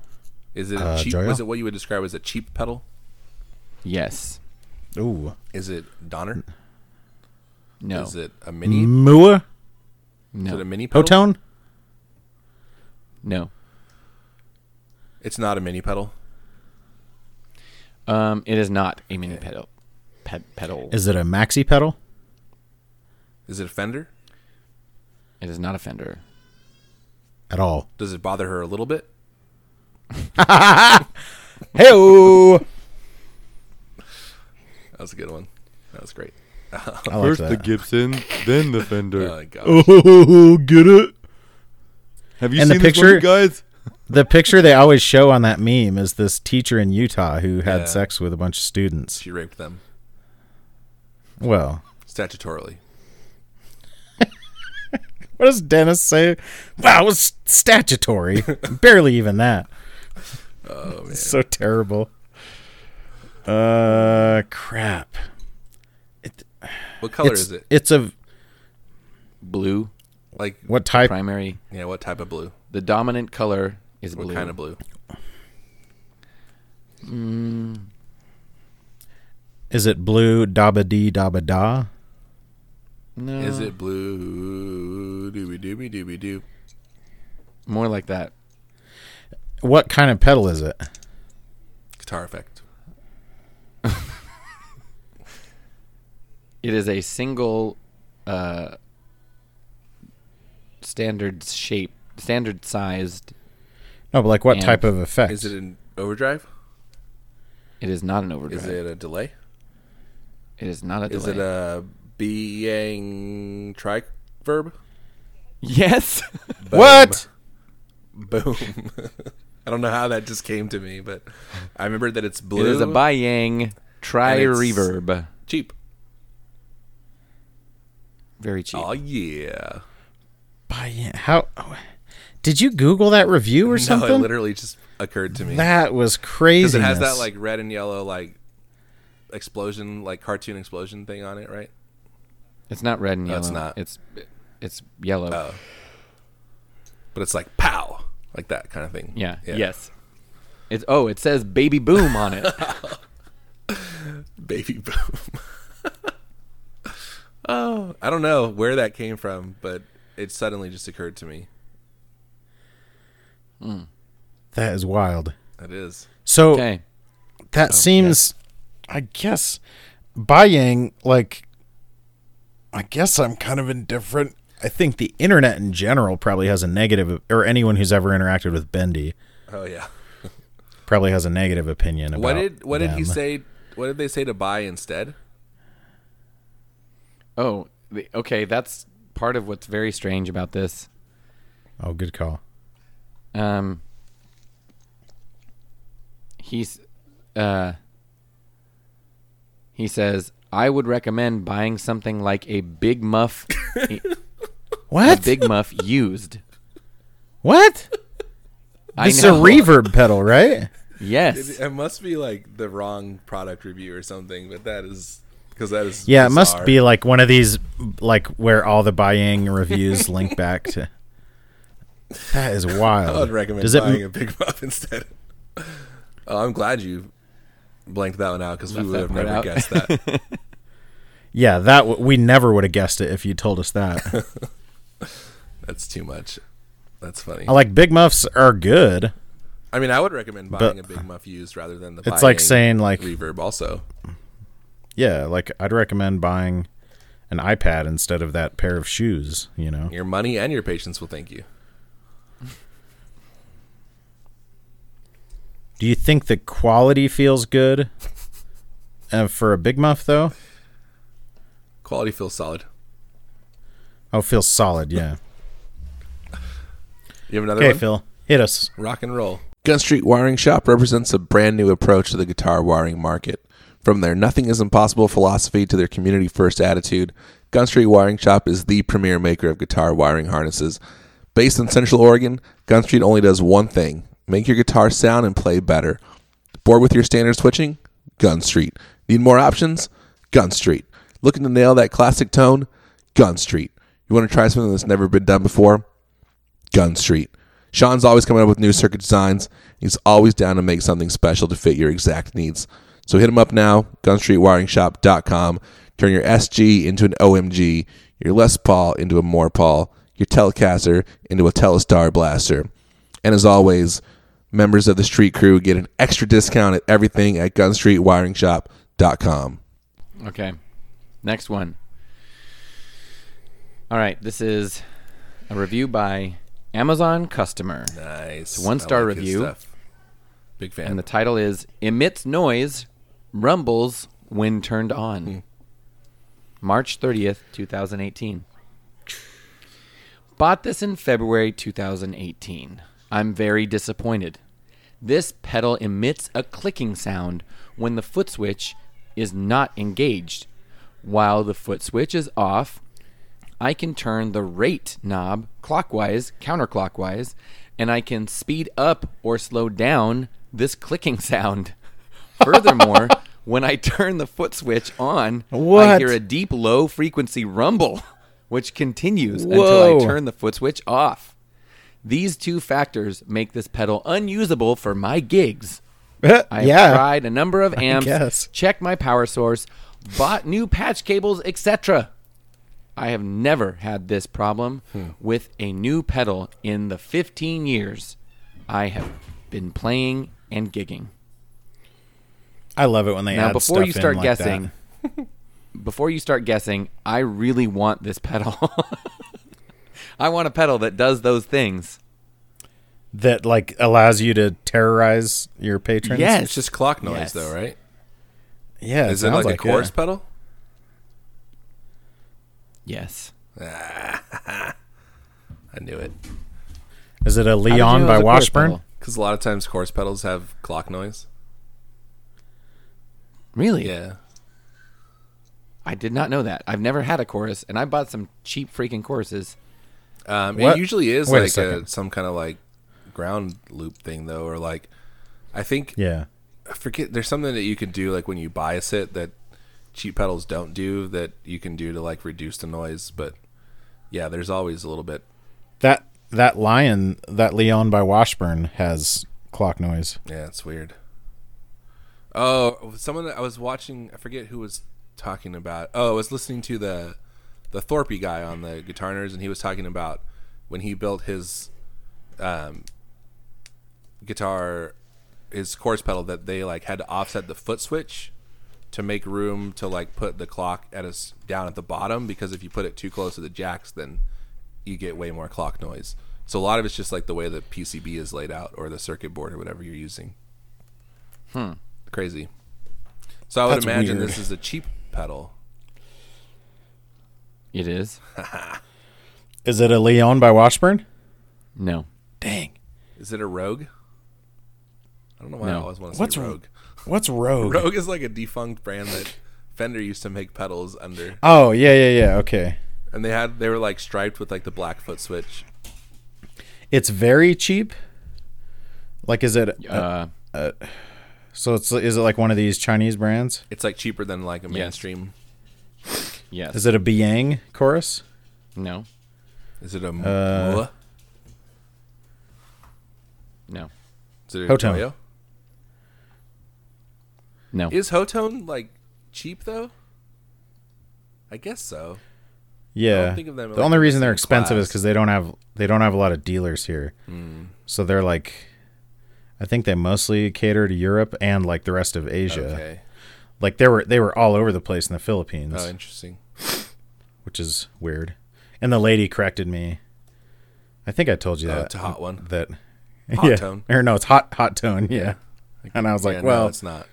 [SPEAKER 1] Is it a
[SPEAKER 3] Uh,
[SPEAKER 1] cheap?
[SPEAKER 3] Joyo?
[SPEAKER 1] Was it what you would describe as a cheap pedal?
[SPEAKER 2] Yes.
[SPEAKER 3] Ooh.
[SPEAKER 1] Is it Donner?
[SPEAKER 2] No.
[SPEAKER 1] Is it a mini?
[SPEAKER 3] Mm, Mua?
[SPEAKER 1] Is it a
[SPEAKER 2] no.
[SPEAKER 1] mini pedal?
[SPEAKER 3] Hotone?
[SPEAKER 2] No.
[SPEAKER 1] It's not a mini pedal.
[SPEAKER 2] Um, it is not a mini pedal. Ped- pedal.
[SPEAKER 3] Is it a maxi pedal?
[SPEAKER 1] Is it a Fender?
[SPEAKER 2] it is not a Fender.
[SPEAKER 3] At all.
[SPEAKER 1] Does it bother her a little bit?
[SPEAKER 3] Hey
[SPEAKER 1] That was a good one. That was great.
[SPEAKER 3] I like that.
[SPEAKER 4] Gibson, then the Fender.
[SPEAKER 1] Oh my gosh.
[SPEAKER 3] Oh, get it?
[SPEAKER 4] Have you
[SPEAKER 3] And the
[SPEAKER 4] seen this one,
[SPEAKER 3] picture-
[SPEAKER 4] you guys?
[SPEAKER 3] The picture they always show on that meme is this teacher in Utah who had
[SPEAKER 1] Yeah.
[SPEAKER 3] sex with a bunch of students.
[SPEAKER 1] She raped them
[SPEAKER 3] Well,
[SPEAKER 1] statutorily.
[SPEAKER 3] what does Dennis say? Wow, it was statutory. Barely even that. Oh, man. so terrible. Uh, crap.
[SPEAKER 1] What color
[SPEAKER 3] it's,
[SPEAKER 1] is it?
[SPEAKER 3] It's a
[SPEAKER 2] Blue
[SPEAKER 1] Like,
[SPEAKER 3] what type?
[SPEAKER 2] primary.
[SPEAKER 1] yeah, what type of blue?
[SPEAKER 2] The dominant color is
[SPEAKER 1] What
[SPEAKER 2] blue.
[SPEAKER 1] kind of blue?
[SPEAKER 3] Is it blue? Daba dee daba da.
[SPEAKER 2] No,
[SPEAKER 1] Is it blue? Dooby dooby dooby doo.
[SPEAKER 2] more like that?
[SPEAKER 3] What kind of pedal is it?
[SPEAKER 1] Guitar effect.
[SPEAKER 2] It is a single, uh, standard shape, standard sized.
[SPEAKER 3] No, but like what
[SPEAKER 2] And
[SPEAKER 3] type of effect?
[SPEAKER 1] Is it an overdrive?
[SPEAKER 2] It is not an overdrive.
[SPEAKER 1] Is it a delay?
[SPEAKER 2] it is not a.
[SPEAKER 1] Is
[SPEAKER 2] delay.
[SPEAKER 1] it a being tri verb?
[SPEAKER 2] Yes.
[SPEAKER 3] What?
[SPEAKER 1] Boom. I don't know how that just came to me, but I remember that it's blue.
[SPEAKER 2] it is a bi yang tri
[SPEAKER 1] And it's-
[SPEAKER 2] reverb.
[SPEAKER 1] cheap.
[SPEAKER 2] Very cheap.
[SPEAKER 1] Oh yeah.
[SPEAKER 3] By- How? oh, Did you Google that review or something?
[SPEAKER 1] No, it literally just occurred to me.
[SPEAKER 3] That was
[SPEAKER 1] Because
[SPEAKER 3] crazy.
[SPEAKER 1] it has that like red and yellow like explosion, like cartoon explosion thing on it, right?
[SPEAKER 2] It's not red and yellow.
[SPEAKER 1] it's not. Oh,
[SPEAKER 2] It's it's yellow.
[SPEAKER 1] But it's like pow, like that kind of thing.
[SPEAKER 2] yeah. Yes. It's oh, it says baby boom on it.
[SPEAKER 1] Baby boom. oh, I don't know where that came from, but it suddenly just occurred to me.
[SPEAKER 3] that is wild.
[SPEAKER 1] That is.
[SPEAKER 3] So
[SPEAKER 1] Oh,
[SPEAKER 2] Okay.
[SPEAKER 3] that seems, I guess, Bai Yang, like, I guess I'm kind of indifferent. I think the internet in general probably has a negative, or anyone who's ever interacted with Bendy
[SPEAKER 1] Oh yeah.
[SPEAKER 3] probably has a negative opinion about.
[SPEAKER 1] What did what did he
[SPEAKER 3] them.
[SPEAKER 1] say? What did they say to buy instead?
[SPEAKER 2] Oh, the, okay. That's part of what's very strange about this.
[SPEAKER 3] Oh, good call.
[SPEAKER 2] Um, he's, uh, he says, I would recommend buying something like a Big Muff, a
[SPEAKER 3] What?
[SPEAKER 2] Big Muff used.
[SPEAKER 3] what?
[SPEAKER 2] I
[SPEAKER 3] It's a
[SPEAKER 2] know.
[SPEAKER 3] reverb pedal, right?
[SPEAKER 2] Yes.
[SPEAKER 1] It, it must be like the wrong product review or something, but that is because that is
[SPEAKER 3] Yeah, it must
[SPEAKER 1] bizarre.
[SPEAKER 3] be like one of these, like where all the buying reviews link back to. That is wild.
[SPEAKER 1] I would recommend
[SPEAKER 3] Does it
[SPEAKER 1] buying
[SPEAKER 3] m-
[SPEAKER 1] a Big Muff instead. oh, I'm glad you blanked that one out because we
[SPEAKER 2] Left
[SPEAKER 1] would
[SPEAKER 2] that
[SPEAKER 1] have
[SPEAKER 2] part
[SPEAKER 1] never
[SPEAKER 2] out.
[SPEAKER 1] guessed that.
[SPEAKER 3] yeah, that w- we never would have guessed it if you told us that.
[SPEAKER 1] That's too much. That's funny.
[SPEAKER 3] I like big muffs are good.
[SPEAKER 1] I mean, I would recommend buying
[SPEAKER 3] But-
[SPEAKER 1] a Big Muff used rather than the.
[SPEAKER 3] It's like
[SPEAKER 1] buying
[SPEAKER 3] saying like
[SPEAKER 1] reverb. Also,
[SPEAKER 3] yeah, like I'd recommend buying an iPad instead of that pair of shoes. You know,
[SPEAKER 1] your money and your patience will thank you.
[SPEAKER 3] do you think the quality feels good? Uh, for a big muff though,
[SPEAKER 1] Quality feels solid.
[SPEAKER 3] oh, it feels solid. Yeah.
[SPEAKER 1] You have another
[SPEAKER 3] Okay,
[SPEAKER 1] one.
[SPEAKER 3] Phil, hit us.
[SPEAKER 1] rock and roll. Gun Street Wiring Shop represents a brand new approach to the guitar wiring market. From their nothing is impossible philosophy to their community first attitude, Gun Street Wiring Shop is the premier maker of guitar wiring harnesses. Based in Central Oregon, Gun Street only does one thing make your guitar sound and play better. Bored with your standard switching? Gun Street. Need more options? Gun Street. Looking to nail that classic tone? Gun Street. You want to try something that's never been done before? Gun Street. Sean's always coming up with new circuit designs. He's always down to make something special to fit your exact needs. So hit him up now, gunstreetwiringshop.com. Turn your SG into an OMG, your Les Paul into a More Paul, your Telecaster into a Telestar Blaster. And as always, members of the street crew get an extra discount at everything at gunstreetwiringshop.com.
[SPEAKER 2] Okay. Next one. All right. This is a review by Amazon customer.
[SPEAKER 1] Nice.
[SPEAKER 2] one-star I like his review. stuff.
[SPEAKER 1] Big fan.
[SPEAKER 2] And the title is Emits Noise, Rumbles When Turned On. March 30th, 2018. Bought this in February 2018. I'm very disappointed. This pedal emits a clicking sound when the foot switch is not engaged. While the foot switch is off, I can turn the rate knob clockwise, counterclockwise, and I can speed up or slow down this clicking sound. Furthermore, when I turn the foot switch on, I
[SPEAKER 3] What?
[SPEAKER 2] hear a deep low frequency rumble, which continues
[SPEAKER 3] Whoa.
[SPEAKER 2] until I turn the foot switch off. These two factors make this pedal unusable for my gigs. I have tried a number of amps,
[SPEAKER 3] guess.
[SPEAKER 2] checked my power source, bought new patch cables, etc. I have never had this problem
[SPEAKER 3] Hmm.
[SPEAKER 2] with a new pedal in the 15 years I have been playing and gigging.
[SPEAKER 3] I love it when they
[SPEAKER 2] Now,
[SPEAKER 3] add
[SPEAKER 2] before
[SPEAKER 3] stuff
[SPEAKER 2] you
[SPEAKER 3] in
[SPEAKER 2] start
[SPEAKER 3] like that.
[SPEAKER 2] guessing, before you start guessing, I really want this pedal. I want a pedal that does those things.
[SPEAKER 3] that like allows you to terrorize your patrons.
[SPEAKER 2] Yes.
[SPEAKER 1] it's just clock noise,
[SPEAKER 2] Yes.
[SPEAKER 1] though, right?
[SPEAKER 3] yeah.
[SPEAKER 1] Is it like, a chorus pedal?
[SPEAKER 2] Yes.
[SPEAKER 1] I knew it.
[SPEAKER 3] it. Is it a
[SPEAKER 2] How did you
[SPEAKER 3] Leon
[SPEAKER 2] know
[SPEAKER 3] by
[SPEAKER 2] it was a chorus
[SPEAKER 3] Washburn?
[SPEAKER 2] pedal?
[SPEAKER 1] Because a lot of times chorus pedals have clock noise.
[SPEAKER 2] Really?
[SPEAKER 1] Yeah.
[SPEAKER 2] I did not know that. I've never had a chorus, and I bought some cheap freaking choruses.
[SPEAKER 1] Um, it
[SPEAKER 3] What?
[SPEAKER 1] usually is
[SPEAKER 3] Wait a
[SPEAKER 1] like a
[SPEAKER 3] second.
[SPEAKER 1] some kind of like ground loop thing though, or like I think
[SPEAKER 3] Yeah.
[SPEAKER 1] I forget. There's something that you can do like when you buy a set that cheap pedals don't do that you can do to like reduce the noise. But yeah, there's always a little bit.
[SPEAKER 3] That that lion that Leon by Washburn has clock noise.
[SPEAKER 1] Yeah, it's weird. Oh, someone I was watching. I forget who was talking about. Oh, I was listening to the the Thorpe guy on the Guitar Nerds, and he was talking about when he built his um, guitar, his chorus pedal that they like had to offset the foot switch
[SPEAKER 5] to make room to like put the clock at us down at the bottom because if you put it too close to the jacks, then you get way more clock noise. So a lot of it's just like the way the PCB is laid out or the circuit board or whatever you're using. Hmm. Crazy. So I would
[SPEAKER 3] That's
[SPEAKER 5] imagine
[SPEAKER 3] weird.
[SPEAKER 5] this is a cheap pedal.
[SPEAKER 2] It is.
[SPEAKER 3] Is it a Leon by Washburn?
[SPEAKER 2] No.
[SPEAKER 3] Dang.
[SPEAKER 5] Is it a Rogue? I don't know why I
[SPEAKER 2] No.
[SPEAKER 5] always want to
[SPEAKER 3] What's
[SPEAKER 5] say
[SPEAKER 3] Ro-
[SPEAKER 5] Rogue.
[SPEAKER 3] What's Rogue?
[SPEAKER 5] Rogue is like a defunct brand that Fender used to make pedals under,
[SPEAKER 3] Oh, yeah, yeah, yeah. Okay.
[SPEAKER 5] and they had they were like striped with like the black foot switch.
[SPEAKER 3] It's very cheap. Like is it
[SPEAKER 2] Uh,
[SPEAKER 3] so it's is it like one of these Chinese brands?
[SPEAKER 5] It's like cheaper than like a mainstream.
[SPEAKER 2] yes.
[SPEAKER 3] Is it a Biang chorus?
[SPEAKER 2] no.
[SPEAKER 5] Is it a m-
[SPEAKER 3] Uh,
[SPEAKER 5] Mua?
[SPEAKER 2] No.
[SPEAKER 5] Is it a
[SPEAKER 3] Hotone.
[SPEAKER 5] Toyo?
[SPEAKER 2] No.
[SPEAKER 5] Is Hotone like cheap though? I guess so.
[SPEAKER 3] Yeah.
[SPEAKER 5] think of them
[SPEAKER 3] the
[SPEAKER 5] like
[SPEAKER 3] only
[SPEAKER 5] in the
[SPEAKER 3] reason they're
[SPEAKER 5] same
[SPEAKER 3] expensive is
[SPEAKER 5] class. Hmm.
[SPEAKER 3] because they don't have they don't have a lot of dealers here. So they're like, I think they mostly cater to Europe and like the rest of Asia.
[SPEAKER 5] Okay.
[SPEAKER 3] Like they were they were all over the place in the Philippines,
[SPEAKER 5] Oh, interesting.
[SPEAKER 3] which is weird. And the lady corrected me. I think I told you
[SPEAKER 5] Oh,
[SPEAKER 3] that
[SPEAKER 5] it's a hot one.
[SPEAKER 3] that
[SPEAKER 5] Hot
[SPEAKER 3] yeah.
[SPEAKER 5] tone.
[SPEAKER 3] or no, it's hot hot tone. Yeah, and I was like,
[SPEAKER 5] Yeah,
[SPEAKER 3] well,
[SPEAKER 5] no, it's not.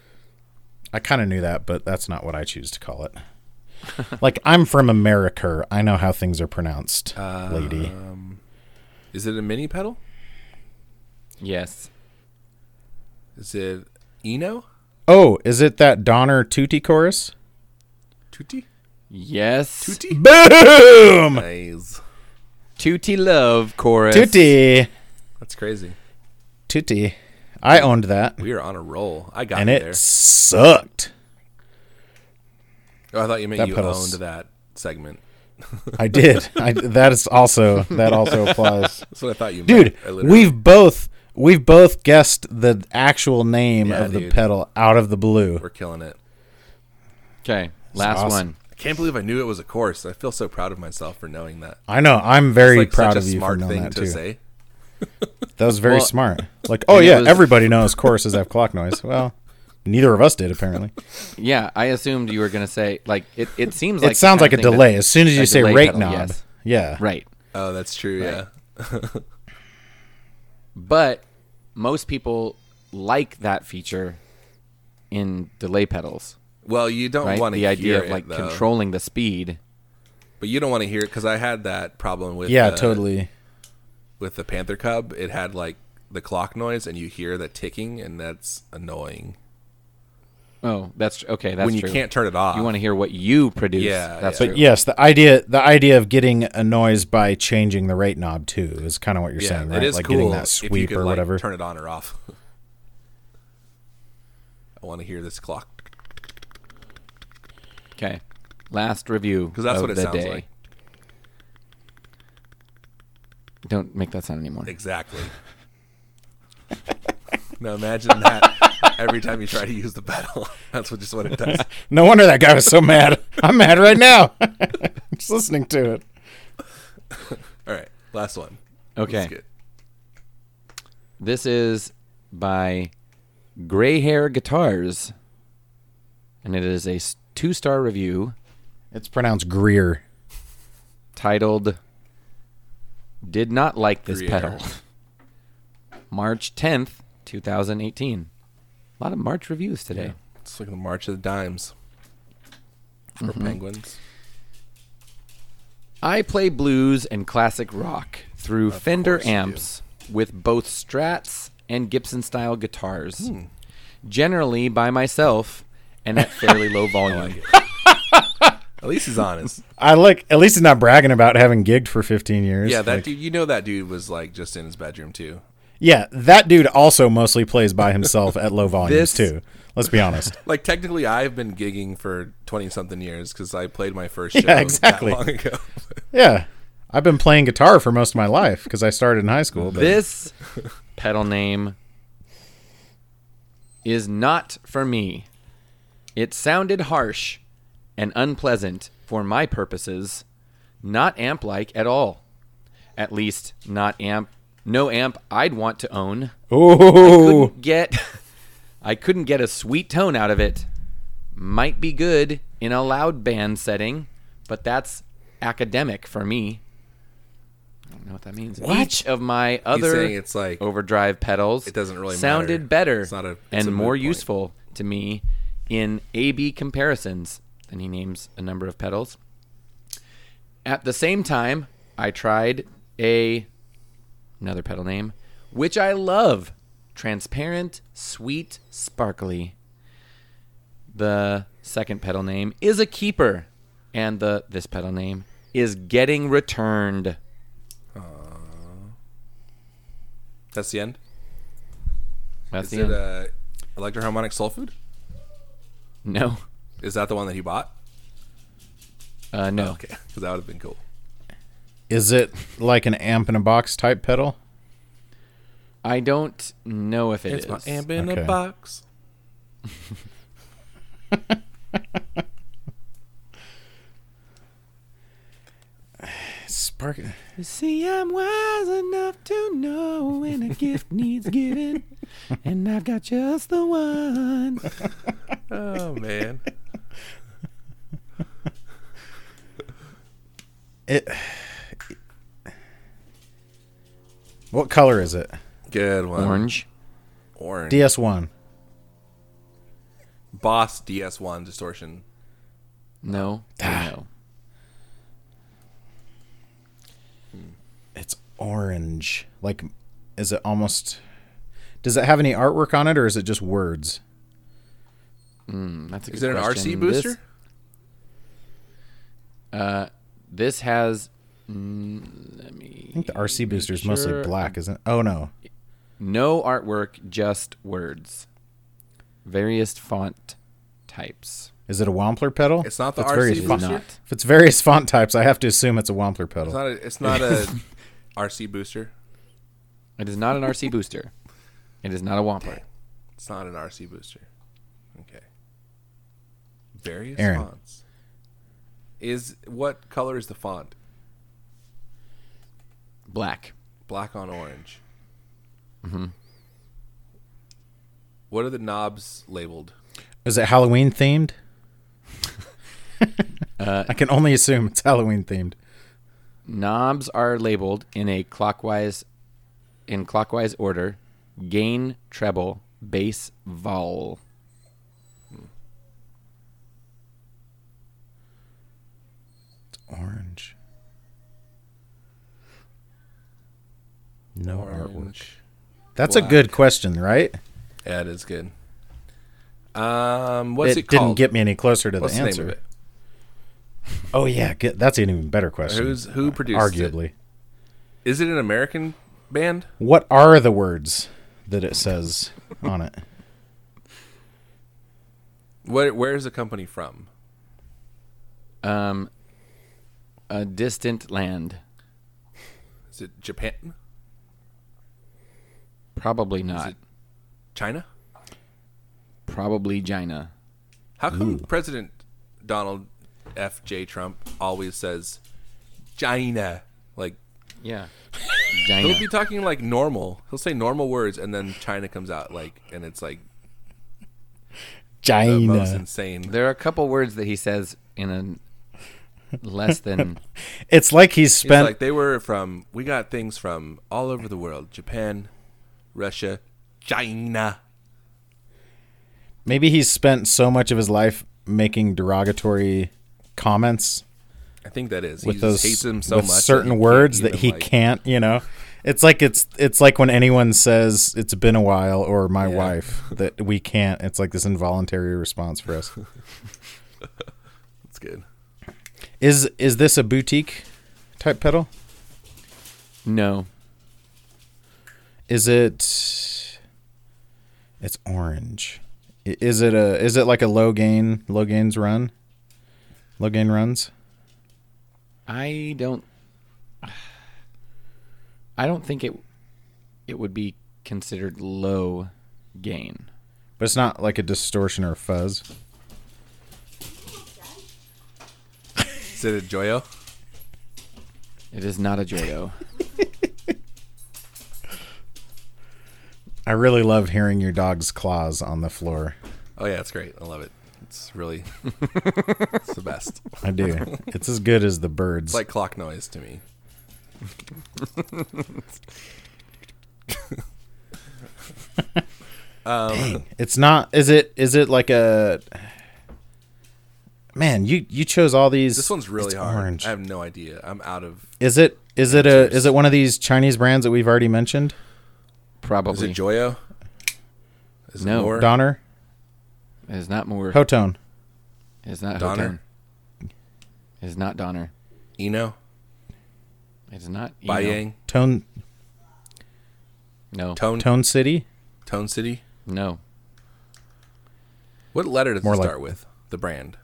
[SPEAKER 3] I kind of knew that, but that's not what I choose to call it. like I'm from America, I know how things are pronounced,
[SPEAKER 5] Uh,
[SPEAKER 3] lady.
[SPEAKER 5] Is it a mini pedal?
[SPEAKER 2] yes.
[SPEAKER 5] Is it Eno?
[SPEAKER 3] Oh, is it that Donner Tutti chorus?
[SPEAKER 5] Tutti?
[SPEAKER 2] Yes.
[SPEAKER 5] Tutti?
[SPEAKER 3] Boom,
[SPEAKER 5] Nice.
[SPEAKER 2] Tutti love chorus.
[SPEAKER 3] Tutti,
[SPEAKER 5] That's crazy.
[SPEAKER 3] Tutti. I owned that,
[SPEAKER 5] We are on a roll. I got
[SPEAKER 3] and
[SPEAKER 5] you
[SPEAKER 3] it
[SPEAKER 5] there.
[SPEAKER 3] sucked.
[SPEAKER 5] Oh, I thought you meant
[SPEAKER 3] That
[SPEAKER 5] you
[SPEAKER 3] pedal's-
[SPEAKER 5] owned that segment.
[SPEAKER 3] I did. I, that is also that also applies.
[SPEAKER 5] That's what I thought you
[SPEAKER 3] dude
[SPEAKER 5] meant. I literally-
[SPEAKER 3] we've both we've both guessed the actual name
[SPEAKER 5] Yeah,
[SPEAKER 3] of the
[SPEAKER 5] dude.
[SPEAKER 3] pedal out of the blue
[SPEAKER 5] we're killing it.
[SPEAKER 2] Okay. Last
[SPEAKER 3] awesome.
[SPEAKER 2] one.
[SPEAKER 5] I can't believe I knew it was a course. I feel so proud of myself for knowing that.
[SPEAKER 3] i know i'm very
[SPEAKER 5] It's like
[SPEAKER 3] proud of
[SPEAKER 5] such a
[SPEAKER 3] you for
[SPEAKER 5] smart
[SPEAKER 3] knowing
[SPEAKER 5] thing
[SPEAKER 3] that
[SPEAKER 5] to
[SPEAKER 3] too
[SPEAKER 5] say.
[SPEAKER 3] that was very
[SPEAKER 2] Well,
[SPEAKER 3] smart like oh
[SPEAKER 2] it
[SPEAKER 3] yeah
[SPEAKER 2] was-
[SPEAKER 3] everybody knows choruses have clock noise well neither of us did apparently
[SPEAKER 2] Yeah, I assumed you were gonna say like it. It seems
[SPEAKER 3] it
[SPEAKER 2] like the
[SPEAKER 3] sounds
[SPEAKER 2] kind
[SPEAKER 3] like
[SPEAKER 2] of
[SPEAKER 3] a
[SPEAKER 2] thing that-
[SPEAKER 3] delay as soon as you
[SPEAKER 2] a
[SPEAKER 3] say
[SPEAKER 2] delay
[SPEAKER 3] rate
[SPEAKER 2] pedal,
[SPEAKER 3] knob
[SPEAKER 2] yes.
[SPEAKER 3] yeah
[SPEAKER 2] Right.
[SPEAKER 5] Oh, that's true. Yeah.
[SPEAKER 2] But most people like that feature in delay pedals.
[SPEAKER 5] Well, you don't
[SPEAKER 2] Right.
[SPEAKER 5] want to
[SPEAKER 2] The idea
[SPEAKER 5] hear
[SPEAKER 2] of like
[SPEAKER 5] it, though.
[SPEAKER 2] controlling the speed.
[SPEAKER 5] but you don't want to hear it because I had that problem with
[SPEAKER 3] yeah
[SPEAKER 5] the-
[SPEAKER 3] totally
[SPEAKER 5] with the Panther Cub. It had like the clock noise, and you hear the ticking, and that's annoying.
[SPEAKER 2] Oh, that's tr- okay. That's
[SPEAKER 5] when you
[SPEAKER 2] true.
[SPEAKER 5] can't turn it off,
[SPEAKER 2] You want to hear what you produce.
[SPEAKER 5] Yeah,
[SPEAKER 2] that's
[SPEAKER 5] yeah.
[SPEAKER 2] true.
[SPEAKER 3] but yes the idea the idea of getting a noise by changing the rate knob too is kind of what you're
[SPEAKER 5] yeah,
[SPEAKER 3] saying right
[SPEAKER 5] it is
[SPEAKER 3] like
[SPEAKER 5] cool
[SPEAKER 3] getting that
[SPEAKER 5] if you
[SPEAKER 3] sweep
[SPEAKER 5] could
[SPEAKER 3] or
[SPEAKER 5] like
[SPEAKER 3] whatever
[SPEAKER 5] turn it on or off. I want to hear this clock
[SPEAKER 2] Okay. Last review
[SPEAKER 5] because that's
[SPEAKER 2] of
[SPEAKER 5] what it
[SPEAKER 2] the
[SPEAKER 5] sounds
[SPEAKER 2] day.
[SPEAKER 5] like.
[SPEAKER 2] Don't make that sound anymore.
[SPEAKER 5] Exactly. now imagine that every time you try to use the pedal. That's what just what it does.
[SPEAKER 3] No wonder that guy was so mad. I'm mad right now. Just listening to it.
[SPEAKER 5] All right, last one.
[SPEAKER 2] Okay.
[SPEAKER 5] Let's get-
[SPEAKER 2] This is by Gray Hair Guitars, and it is a s- two-star review
[SPEAKER 3] It's pronounced Greer.
[SPEAKER 2] titled "Did Not Like This
[SPEAKER 5] Gruyere.
[SPEAKER 2] Pedal." March tenth, two thousand eighteen. A lot of March reviews today.
[SPEAKER 5] It's like the March of the Dimes for
[SPEAKER 3] Mm-hmm.
[SPEAKER 5] penguins.
[SPEAKER 2] I play blues and classic rock through Fender
[SPEAKER 5] course you do.
[SPEAKER 2] amps with both Strats and Gibson style guitars,
[SPEAKER 5] Hmm.
[SPEAKER 2] generally by myself and at fairly low volume.
[SPEAKER 5] At least he's honest.
[SPEAKER 3] I like at least he's not bragging about having gigged for 15 years.
[SPEAKER 5] yeah, that
[SPEAKER 3] Like-
[SPEAKER 5] dude. You know that dude was like just in his bedroom too.
[SPEAKER 3] Yeah, that dude also mostly plays by himself at low volumes
[SPEAKER 2] This-
[SPEAKER 3] too. Let's be honest.
[SPEAKER 5] Like technically, I've been gigging for twenty something years because I played my first show
[SPEAKER 3] Yeah, exactly.
[SPEAKER 5] that long ago.
[SPEAKER 3] Yeah. I've been playing guitar for most of my life because I started in high school. But
[SPEAKER 2] this pedal name is not for me. It sounded harsh and unpleasant for my purposes, not amp like at all. At least not amp no amp I'd want to own.
[SPEAKER 3] Ooh,
[SPEAKER 5] Oh.
[SPEAKER 2] Couldn't get I couldn't get a sweet tone out of it. might be good in a loud band setting, but that's academic for me. I don't know what that means. Each of my
[SPEAKER 5] He's
[SPEAKER 2] other
[SPEAKER 5] saying it's
[SPEAKER 3] Oh.
[SPEAKER 5] like
[SPEAKER 2] overdrive pedals
[SPEAKER 5] It doesn't really
[SPEAKER 2] sounded
[SPEAKER 5] matter.
[SPEAKER 2] better
[SPEAKER 5] It's not a- it's a
[SPEAKER 2] and
[SPEAKER 5] moot
[SPEAKER 2] more
[SPEAKER 5] point.
[SPEAKER 2] useful to me in A/B comparisons. Then he names a number of pedals. At the same time, I tried a another pedal name, which I love. Transparent, sweet, sparkly. The second pedal name is a keeper, and the this pedal name is getting returned.
[SPEAKER 5] that's the end.
[SPEAKER 2] That's
[SPEAKER 5] Is
[SPEAKER 2] the
[SPEAKER 5] it
[SPEAKER 2] end.
[SPEAKER 5] uh, electroharmonic soul food?
[SPEAKER 2] no,
[SPEAKER 5] Is that the one that he bought?
[SPEAKER 2] uh, no.
[SPEAKER 5] Okay, because that would have been cool.
[SPEAKER 3] Is it like an amp in a box type pedal?
[SPEAKER 2] I don't know if it
[SPEAKER 5] It's
[SPEAKER 2] is.
[SPEAKER 5] my amp in
[SPEAKER 3] Okay.
[SPEAKER 5] a box.
[SPEAKER 3] Spark.
[SPEAKER 2] You see, I'm wise enough to know when a gift needs giving, and I've got just the one.
[SPEAKER 5] Oh man,
[SPEAKER 3] It. What color is it?
[SPEAKER 5] good one.
[SPEAKER 2] Orange.
[SPEAKER 5] Orange.
[SPEAKER 3] DS1.
[SPEAKER 5] Boss DS1 distortion.
[SPEAKER 2] No. no.
[SPEAKER 3] It's orange. Like, is it almost? Does it have any artwork on it, or is it just words?
[SPEAKER 2] That's a good
[SPEAKER 5] Is there an
[SPEAKER 2] question.
[SPEAKER 5] RC booster?
[SPEAKER 2] This, this has
[SPEAKER 3] I think the RC booster is mostly
[SPEAKER 2] Sure.
[SPEAKER 3] black, isn't? it? Oh no,
[SPEAKER 2] no artwork, just words. Various font types.
[SPEAKER 3] is it a Wampler pedal?
[SPEAKER 5] It's not the
[SPEAKER 3] If
[SPEAKER 5] RC
[SPEAKER 3] various
[SPEAKER 2] It is
[SPEAKER 5] booster?
[SPEAKER 3] font-
[SPEAKER 2] not.
[SPEAKER 3] If it's various font types, I have to assume it's a Wampler pedal.
[SPEAKER 5] It's not a. It's not a RC booster.
[SPEAKER 2] It is not an RC booster. It is not a Wampler.
[SPEAKER 5] It's not an RC booster. Okay. Various
[SPEAKER 3] Aaron.
[SPEAKER 5] fonts. Is what color is the font?
[SPEAKER 2] Black.
[SPEAKER 5] Black on orange. Mm-hmm.
[SPEAKER 2] Mm-hmm.
[SPEAKER 5] What are the knobs labeled?
[SPEAKER 3] Is it Halloween themed? I can only assume it's Halloween themed.
[SPEAKER 2] knobs are labeled in a clockwise in clockwise order gain treble bass vowel
[SPEAKER 3] Orange. No artwork.
[SPEAKER 5] Orange.
[SPEAKER 3] That's a good question, right?
[SPEAKER 5] Yeah, it is good. Um, what's it,
[SPEAKER 3] didn't
[SPEAKER 5] called?
[SPEAKER 3] get me any closer to
[SPEAKER 5] what's
[SPEAKER 3] the
[SPEAKER 5] the,
[SPEAKER 3] answer.
[SPEAKER 5] name of it?
[SPEAKER 3] Oh yeah, get, that's an even better question.
[SPEAKER 5] Who's who produced
[SPEAKER 3] Arguably,
[SPEAKER 5] it? Is it an American band?
[SPEAKER 3] what are the words that it says on it?
[SPEAKER 5] Where Where is the company from?
[SPEAKER 2] um a distant land
[SPEAKER 5] Is it Japan?
[SPEAKER 2] probably not
[SPEAKER 5] China?
[SPEAKER 2] probably china
[SPEAKER 5] How come President Donald F. J. Trump always says China? Like
[SPEAKER 2] yeah
[SPEAKER 5] he'll
[SPEAKER 2] china
[SPEAKER 5] be talking like normal. He'll say normal words, and then China comes out like, and it's like the most
[SPEAKER 3] China.
[SPEAKER 5] insane.
[SPEAKER 2] there are a couple words that he says in a less than
[SPEAKER 3] It's like he's
[SPEAKER 5] It's
[SPEAKER 3] spent
[SPEAKER 5] like they were from. We got things from all over the world: Japan, Russia, China.
[SPEAKER 3] maybe he's spent so much of his life making derogatory comments
[SPEAKER 5] I think that is.
[SPEAKER 3] with
[SPEAKER 5] he
[SPEAKER 3] those
[SPEAKER 5] just hates him so
[SPEAKER 3] with
[SPEAKER 5] much. that
[SPEAKER 3] certain
[SPEAKER 5] he can't
[SPEAKER 3] words that
[SPEAKER 5] even,
[SPEAKER 3] he
[SPEAKER 5] like-
[SPEAKER 3] can't, you know. It's like it's it's like when anyone says it's been a while or my
[SPEAKER 5] Yeah.
[SPEAKER 3] wife that we can't. It's like this involuntary response for us.
[SPEAKER 5] It's good.
[SPEAKER 3] is is this a boutique type pedal?
[SPEAKER 2] no
[SPEAKER 3] Is it? It's orange. I- Is it a? Is it like a low gain? Low gains run. Low gain runs.
[SPEAKER 2] i don't i don't think it it would be considered low gain
[SPEAKER 3] But it's not like a distortion or a fuzz.
[SPEAKER 5] Is it a Joyo?
[SPEAKER 2] It is not a Joyo.
[SPEAKER 3] I really love hearing your dog's claws on the floor.
[SPEAKER 5] Oh yeah, it's great. I love it. It's really it's the best.
[SPEAKER 3] I do. It's as good as the birds.
[SPEAKER 5] It's like clock noise to me. Um,
[SPEAKER 3] Dang. It's not. Is it? Is it like a? Man, you you chose all these.
[SPEAKER 5] This one's really
[SPEAKER 3] it's
[SPEAKER 5] hard.
[SPEAKER 3] Orange.
[SPEAKER 5] I have no idea. I'm out of.
[SPEAKER 3] Is it? Is it a? Is it one of these Chinese brands that we've already mentioned?
[SPEAKER 2] Probably.
[SPEAKER 5] Is it Joyo? Is
[SPEAKER 2] No.
[SPEAKER 5] it more?
[SPEAKER 3] Donner,
[SPEAKER 2] It's not Moore.
[SPEAKER 3] Hotone.
[SPEAKER 2] it's not
[SPEAKER 5] Donner?
[SPEAKER 2] Houghton. It's not Donner.
[SPEAKER 5] Eno?
[SPEAKER 2] It's not Eno.
[SPEAKER 5] Baiyang?
[SPEAKER 3] Tone
[SPEAKER 2] No.
[SPEAKER 5] Tone?
[SPEAKER 3] Tone City.
[SPEAKER 5] Tone City?
[SPEAKER 2] No.
[SPEAKER 5] What letter does
[SPEAKER 3] More
[SPEAKER 5] it
[SPEAKER 3] like-
[SPEAKER 5] start with? The brand.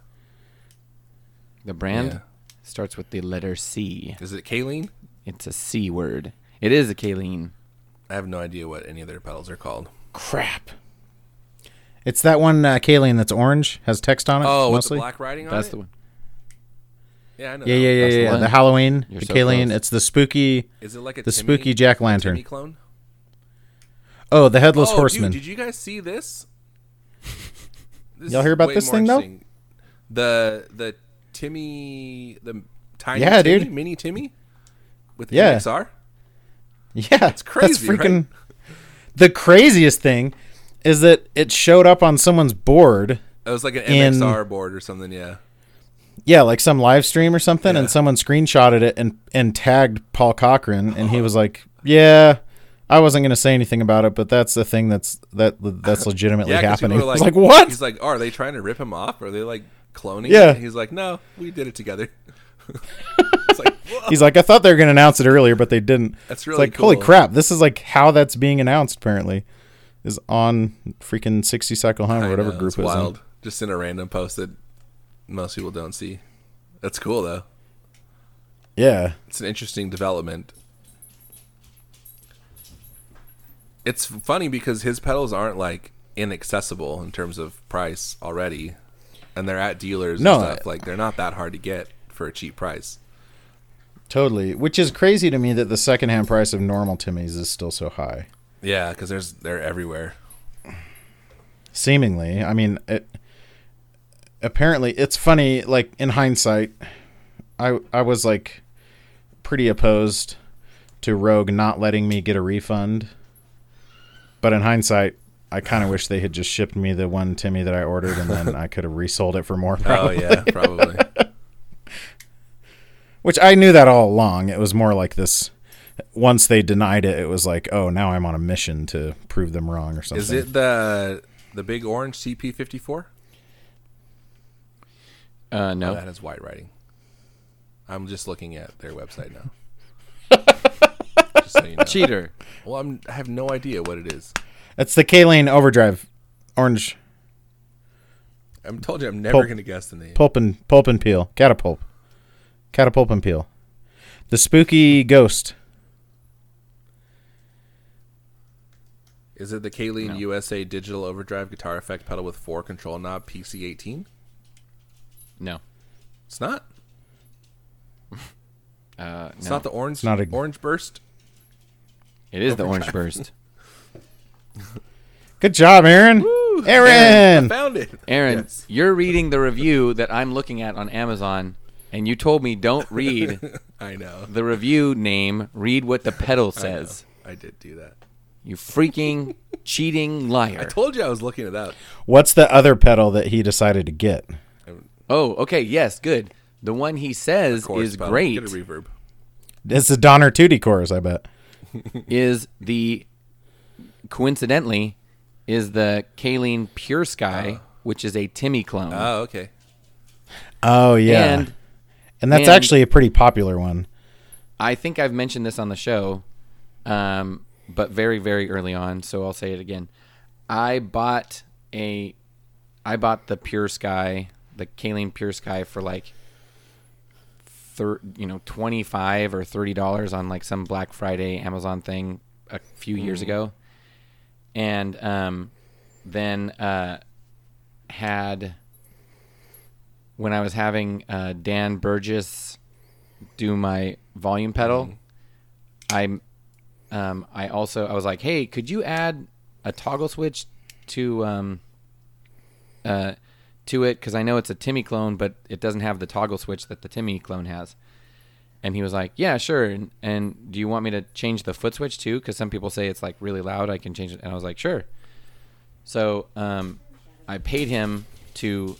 [SPEAKER 2] The brand
[SPEAKER 5] Yeah.
[SPEAKER 2] starts with the letter C.
[SPEAKER 5] Is it Kaline?
[SPEAKER 2] It's a C word. It is a Kayleen.
[SPEAKER 5] I have no idea what any of their pedals are called.
[SPEAKER 3] Crap. It's that one uh, Kaleen that's orange has text on it.
[SPEAKER 5] Oh, with the
[SPEAKER 3] mostly.
[SPEAKER 5] black writing on
[SPEAKER 2] That's
[SPEAKER 5] it?
[SPEAKER 2] the one.
[SPEAKER 5] Yeah, I know.
[SPEAKER 3] yeah,
[SPEAKER 5] that
[SPEAKER 3] yeah,
[SPEAKER 5] one.
[SPEAKER 3] yeah,
[SPEAKER 2] That's the
[SPEAKER 3] yeah. The,
[SPEAKER 2] one.
[SPEAKER 3] Halloween,
[SPEAKER 2] You're
[SPEAKER 3] the
[SPEAKER 2] so
[SPEAKER 3] Kaleen.
[SPEAKER 2] close.
[SPEAKER 3] It's the spooky,
[SPEAKER 5] Is it like a
[SPEAKER 3] the
[SPEAKER 5] Timmy-
[SPEAKER 3] spooky jack
[SPEAKER 5] Timmy
[SPEAKER 3] lantern.
[SPEAKER 5] clone?
[SPEAKER 3] Oh, the headless
[SPEAKER 5] Oh,
[SPEAKER 3] horseman.
[SPEAKER 5] Dude, did you guys see this? This
[SPEAKER 3] Y'all
[SPEAKER 5] is
[SPEAKER 3] hear about
[SPEAKER 5] way
[SPEAKER 3] this
[SPEAKER 5] more
[SPEAKER 3] thing, though?
[SPEAKER 5] interesting. The the Timmy the tiny
[SPEAKER 3] Yeah,
[SPEAKER 5] Timmy,
[SPEAKER 3] dude.
[SPEAKER 5] mini Timmy with the
[SPEAKER 3] Yeah.
[SPEAKER 5] XR.
[SPEAKER 3] Yeah, it's
[SPEAKER 5] crazy, right?
[SPEAKER 3] freaking. The craziest thing is that it showed up on someone's board.
[SPEAKER 5] It was like an
[SPEAKER 3] In-
[SPEAKER 5] MXR board or something. Yeah,
[SPEAKER 3] Yeah, like some live stream or something,
[SPEAKER 5] Yeah.
[SPEAKER 3] and someone screenshotted it and and tagged Paul Cochran, and he was like, "Yeah, I wasn't gonna say anything about it, but that's the thing that's that that's legitimately
[SPEAKER 5] yeah. 'cause people
[SPEAKER 3] happening."
[SPEAKER 5] were
[SPEAKER 3] I was like, "What?"
[SPEAKER 5] He's like, oh, are they trying to rip him off? Are they like cloning?
[SPEAKER 3] Yeah.
[SPEAKER 5] it? He's like, no, we did it together. it's like, whoa.
[SPEAKER 3] He's like, I thought they were going to announce it earlier, but they didn't.
[SPEAKER 5] That's
[SPEAKER 3] It's
[SPEAKER 5] really
[SPEAKER 3] like, holy
[SPEAKER 5] cool.
[SPEAKER 3] crap! This is like how that's being announced. Apparently, is on freaking sixty cycle hunt
[SPEAKER 5] I
[SPEAKER 3] or whatever
[SPEAKER 5] know,
[SPEAKER 3] group
[SPEAKER 5] it's
[SPEAKER 3] it was. in.
[SPEAKER 5] wild. Just in a random post that most people don't see. That's cool though.
[SPEAKER 3] Yeah,
[SPEAKER 5] it's an interesting development. It's funny because his pedals aren't like inaccessible in terms of price already, and they're at dealers
[SPEAKER 3] No,
[SPEAKER 5] and stuff. Like they're not that hard to get for a cheap price.
[SPEAKER 3] totally. Which is crazy to me that the secondhand price of normal Timmys is still so high.
[SPEAKER 5] Yeah, because there's they're everywhere.
[SPEAKER 3] Seemingly, I mean, it, apparently, it's funny. Like in hindsight, I I was like pretty opposed to Rogue not letting me get a refund. But in hindsight, I kind of wish they had just shipped me the one Timmy that I ordered, and then I could have resold it for more. Probably.
[SPEAKER 5] Oh yeah, probably.
[SPEAKER 3] Which I knew that all along. It was more like this. Once they denied it, it was like, oh, now I'm on a mission to prove them wrong or something.
[SPEAKER 5] Is it the the big orange CP fifty four?
[SPEAKER 2] Uh, no.
[SPEAKER 5] Oh, that is white writing. I'm just looking at their website now. just so you know.
[SPEAKER 2] Cheater.
[SPEAKER 5] Well, I'm, I have no idea what it is.
[SPEAKER 3] It's the K Lane Overdrive, orange
[SPEAKER 5] I'm told you I'm never
[SPEAKER 3] Pulp-
[SPEAKER 5] going to guess the name.
[SPEAKER 3] pulp and pulp and peel, catapulp, catapulp and peel, the spooky ghost.
[SPEAKER 5] Is it the Kayleen USA Digital Overdrive guitar effect pedal with four control knob PC18?
[SPEAKER 2] No.
[SPEAKER 5] It's not.
[SPEAKER 2] Uh,
[SPEAKER 5] It's
[SPEAKER 2] no.
[SPEAKER 5] not the orange
[SPEAKER 3] not a-
[SPEAKER 5] orange burst.
[SPEAKER 2] it is the Orange Burst.
[SPEAKER 3] Good job, Aaron.
[SPEAKER 5] I
[SPEAKER 3] Aaron.
[SPEAKER 5] found it.
[SPEAKER 2] Aaron,
[SPEAKER 5] Yes.
[SPEAKER 2] you're reading the review that I'm looking at on Amazon, and you told me don't read
[SPEAKER 5] I know.
[SPEAKER 2] the review name, read what the pedal says.
[SPEAKER 5] I did do that.
[SPEAKER 2] You freaking cheating
[SPEAKER 5] I
[SPEAKER 2] liar.
[SPEAKER 5] told you I was looking it up.
[SPEAKER 3] What's the other pedal that he decided to get?
[SPEAKER 2] Oh, okay. Yes, good. The one he says
[SPEAKER 5] Chorus
[SPEAKER 2] is
[SPEAKER 5] pedal.
[SPEAKER 2] great
[SPEAKER 5] Get a reverb.
[SPEAKER 3] It's the Donner Tootie chorus, I bet.
[SPEAKER 2] is the coincidentally is the Kayleen Pure Sky, which is a Timmy clone.
[SPEAKER 5] Oh, okay.
[SPEAKER 3] Oh yeah,
[SPEAKER 2] And
[SPEAKER 3] and, that's
[SPEAKER 2] and-
[SPEAKER 3] actually a pretty popular one.
[SPEAKER 2] I think I've mentioned this on the show, um, but very, very early on, so I'll say it again. I bought a, I bought the Pure Sky, the Kaline Pure Sky for like, thir- you know, twenty five or thirty dollars on like some Black Friday Amazon thing a few years ago, and um, then uh, had when I was having uh, Dan Burgess do my volume pedal, I'm um, I also I was like, hey, could you add a toggle switch to um, uh, to it because I know it's a Timmy clone, but it doesn't have the toggle switch that the Timmy clone has. And he was like, "Yeah, sure." And, and do you want me to change the foot switch too? Because some people say it's like really loud. I can change it. And I was like, "Sure." So um, I paid him to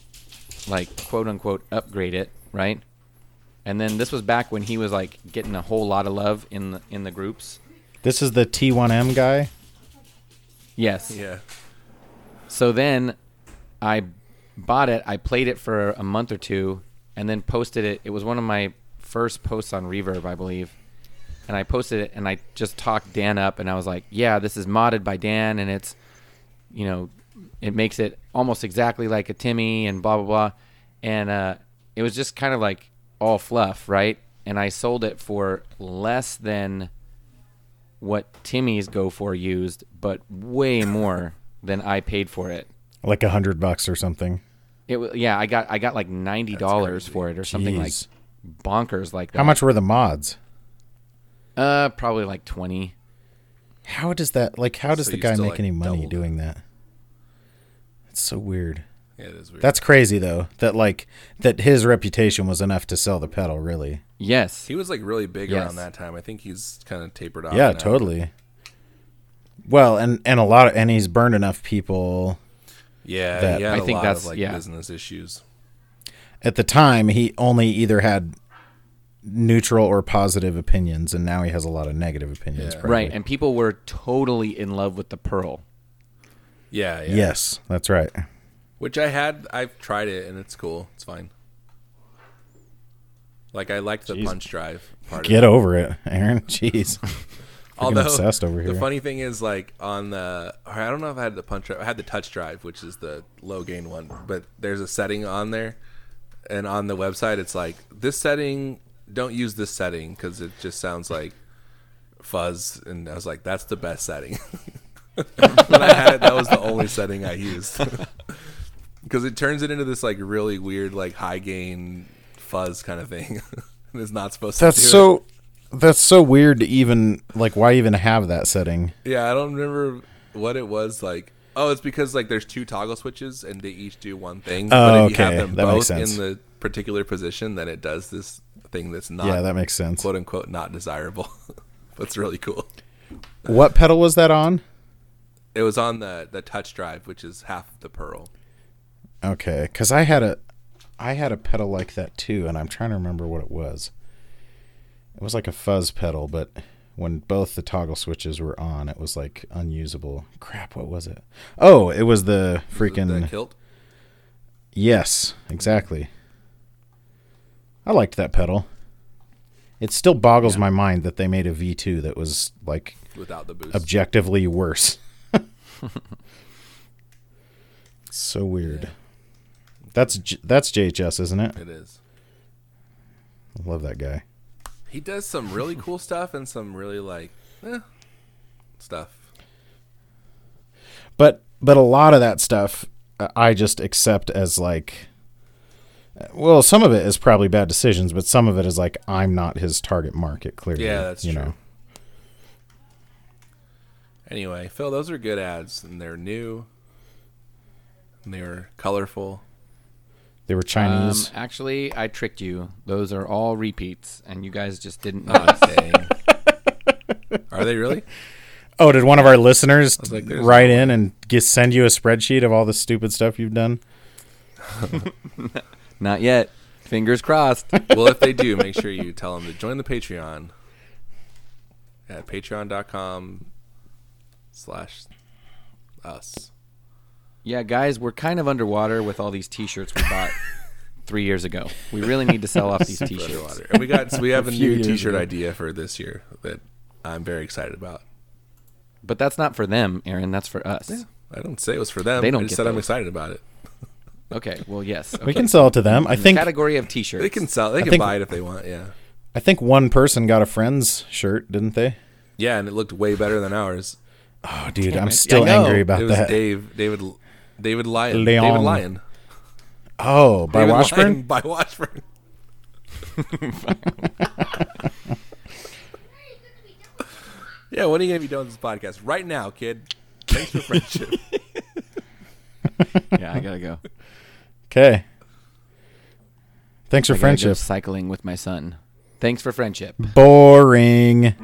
[SPEAKER 2] like quote unquote upgrade it, right? And then this was back when he was like getting a whole lot of love in the in the groups.
[SPEAKER 3] This is the T1M guy.
[SPEAKER 2] Yes.
[SPEAKER 5] Yeah.
[SPEAKER 2] So then I bought it, I played it for a month or two, and then posted it. It was one of my first posts on Reverb, I believe. And I posted it and I just talked Dan up and I was like, yeah, this is modded by Dan and it's, you know, it makes it almost exactly like a Timmy and blah, blah, blah. And uh, it was just kind of like all fluff, right? And I sold it for less than what Timmy's Go For used, but way more than I paid for it.
[SPEAKER 3] Like a hundred bucks or something.
[SPEAKER 2] It wa- yeah, I got I got like ninety dollars for it or something
[SPEAKER 3] Jeez.
[SPEAKER 2] like bonkers like that.
[SPEAKER 3] How much were the mods?
[SPEAKER 2] Uh, probably like twenty.
[SPEAKER 3] How does that like how does
[SPEAKER 5] So
[SPEAKER 3] the
[SPEAKER 5] you
[SPEAKER 3] guy
[SPEAKER 5] still,
[SPEAKER 3] make
[SPEAKER 5] like,
[SPEAKER 3] any money
[SPEAKER 5] doubled it.
[SPEAKER 3] doing that? It's so weird.
[SPEAKER 5] Yeah, it is weird.
[SPEAKER 3] That's crazy though. That like that his reputation was enough to sell the pedal, really.
[SPEAKER 2] Yes,
[SPEAKER 5] he was like really big
[SPEAKER 2] Yes.
[SPEAKER 5] around that time. I think he's kind of tapered off.
[SPEAKER 3] yeah,
[SPEAKER 5] now.
[SPEAKER 3] totally. Well, and and a lot of and he's burned enough people
[SPEAKER 5] Yeah,
[SPEAKER 3] That-
[SPEAKER 5] he had
[SPEAKER 2] I
[SPEAKER 5] a
[SPEAKER 2] think
[SPEAKER 5] lot
[SPEAKER 2] that's-
[SPEAKER 5] of like
[SPEAKER 2] yeah.
[SPEAKER 5] business issues.
[SPEAKER 3] at the time he only either had neutral or positive opinions and now he has a lot of negative opinions
[SPEAKER 5] Yeah.
[SPEAKER 3] probably.
[SPEAKER 2] right. And people were totally in love with the pearl.
[SPEAKER 5] Yeah, yeah.
[SPEAKER 3] yes that's right
[SPEAKER 5] Which I had. I've tried it, and it's cool. It's fine. Like I liked the punch drive part.
[SPEAKER 3] get
[SPEAKER 5] of it.
[SPEAKER 3] over it aaron jeez
[SPEAKER 5] Although
[SPEAKER 3] obsessed over
[SPEAKER 5] the
[SPEAKER 3] here.
[SPEAKER 5] funny thing is, like on the, or I don't know if I had the punch drive. I had the touch drive, which is the low gain one. But there's a setting on there, and on the website, it's like this setting. Don't use this setting because it just sounds like fuzz. And I was like, that's the best setting. when I had it, that was the only setting I used because it turns it into this like really weird, like high gain fuzz kind of thing. And it's not supposed to.
[SPEAKER 3] that's
[SPEAKER 5] do it.
[SPEAKER 3] so that's so weird to even like why even have that setting
[SPEAKER 5] Yeah, I don't remember what it was like. Oh, it's because like there's two toggle switches and they each do one thing.
[SPEAKER 3] Oh,
[SPEAKER 5] but if you have
[SPEAKER 3] okay.
[SPEAKER 5] them
[SPEAKER 3] That
[SPEAKER 5] both
[SPEAKER 3] makes sense.
[SPEAKER 5] in the particular position, then it does this thing that's not
[SPEAKER 3] yeah that makes sense
[SPEAKER 5] quote unquote not desirable. but it's really cool.
[SPEAKER 3] what pedal was that on
[SPEAKER 5] It was on the the touch drive, which is half of the pearl.
[SPEAKER 3] Okay, because I had a, I had a pedal like that too, and I'm trying to remember what it was. It was like a fuzz pedal, but when both the toggle switches were on, it was like unusable. Crap, what was it? Oh, it was the freaking
[SPEAKER 5] the kilt.
[SPEAKER 3] yes, exactly. I liked that pedal. It still boggles my mind that they made a V2 that was like
[SPEAKER 5] Without the boost,
[SPEAKER 3] objectively worse. so weird. That's J- that's JHS, isn't it?
[SPEAKER 5] it is.
[SPEAKER 3] I love that guy.
[SPEAKER 5] He does some really cool stuff and some really like eh, stuff.
[SPEAKER 3] But but a lot of that stuff uh, I just accept as like well, some of it is probably bad decisions, but some of it is like I'm not his target market clearly.
[SPEAKER 5] Yeah, that's
[SPEAKER 3] you
[SPEAKER 5] true.
[SPEAKER 3] know.
[SPEAKER 5] Anyway, Phil, those are good ads, and they're new. And they were colorful.
[SPEAKER 3] They were
[SPEAKER 2] Um,
[SPEAKER 3] Chinese.
[SPEAKER 2] actually, I tricked you. Those are all repeats, and you guys just didn't notice.
[SPEAKER 5] Are they really?
[SPEAKER 3] oh, did one of our listeners
[SPEAKER 5] was like, there's
[SPEAKER 3] write in and g- send you a spreadsheet of all the stupid stuff you've done?
[SPEAKER 2] Not yet. Fingers crossed.
[SPEAKER 5] well, if they do, make sure you tell them to join the Patreon at patreon.com slash us.
[SPEAKER 2] yeah, guys, we're kind of underwater with all these T-shirts we bought three years ago. We really need to sell off these T-shirts.
[SPEAKER 5] Underwater. And we got so we have a,
[SPEAKER 3] few
[SPEAKER 5] new
[SPEAKER 3] years
[SPEAKER 5] T-shirt
[SPEAKER 3] ago.
[SPEAKER 5] idea for this year that I'm very excited about.
[SPEAKER 2] But that's not for them, Aaron. That's for us.
[SPEAKER 5] I don't say it was for them.
[SPEAKER 2] They don't
[SPEAKER 5] I just
[SPEAKER 2] get
[SPEAKER 5] said I'm
[SPEAKER 2] those.
[SPEAKER 5] excited about it.
[SPEAKER 2] Okay. Well, yes.
[SPEAKER 3] We
[SPEAKER 2] okay.
[SPEAKER 3] can sell it to them. I
[SPEAKER 2] The
[SPEAKER 3] think
[SPEAKER 2] category of T-shirts.
[SPEAKER 5] They can sell. They can
[SPEAKER 3] think-
[SPEAKER 5] buy it if they want. Yeah,
[SPEAKER 3] I think one person got a friend's shirt, didn't they?
[SPEAKER 5] yeah. And it looked way better than ours.
[SPEAKER 3] Oh, dude,
[SPEAKER 2] Damn
[SPEAKER 3] I'm
[SPEAKER 2] it.
[SPEAKER 3] still
[SPEAKER 2] I know.
[SPEAKER 3] angry about
[SPEAKER 5] it was
[SPEAKER 3] that.
[SPEAKER 5] Dave, David, David Lyon, David
[SPEAKER 3] Leon.
[SPEAKER 5] Lyon,
[SPEAKER 3] oh, by
[SPEAKER 5] David
[SPEAKER 3] Washburn.
[SPEAKER 5] Lyon by Washburn. yeah, what are you gonna be doing with this podcast right now, kid? Thanks for friendship.
[SPEAKER 2] yeah, I gotta go.
[SPEAKER 3] Okay. Thanks
[SPEAKER 2] I gotta
[SPEAKER 3] for
[SPEAKER 2] go
[SPEAKER 3] friendship.
[SPEAKER 2] cycling with my son. Thanks for friendship.
[SPEAKER 3] Boring.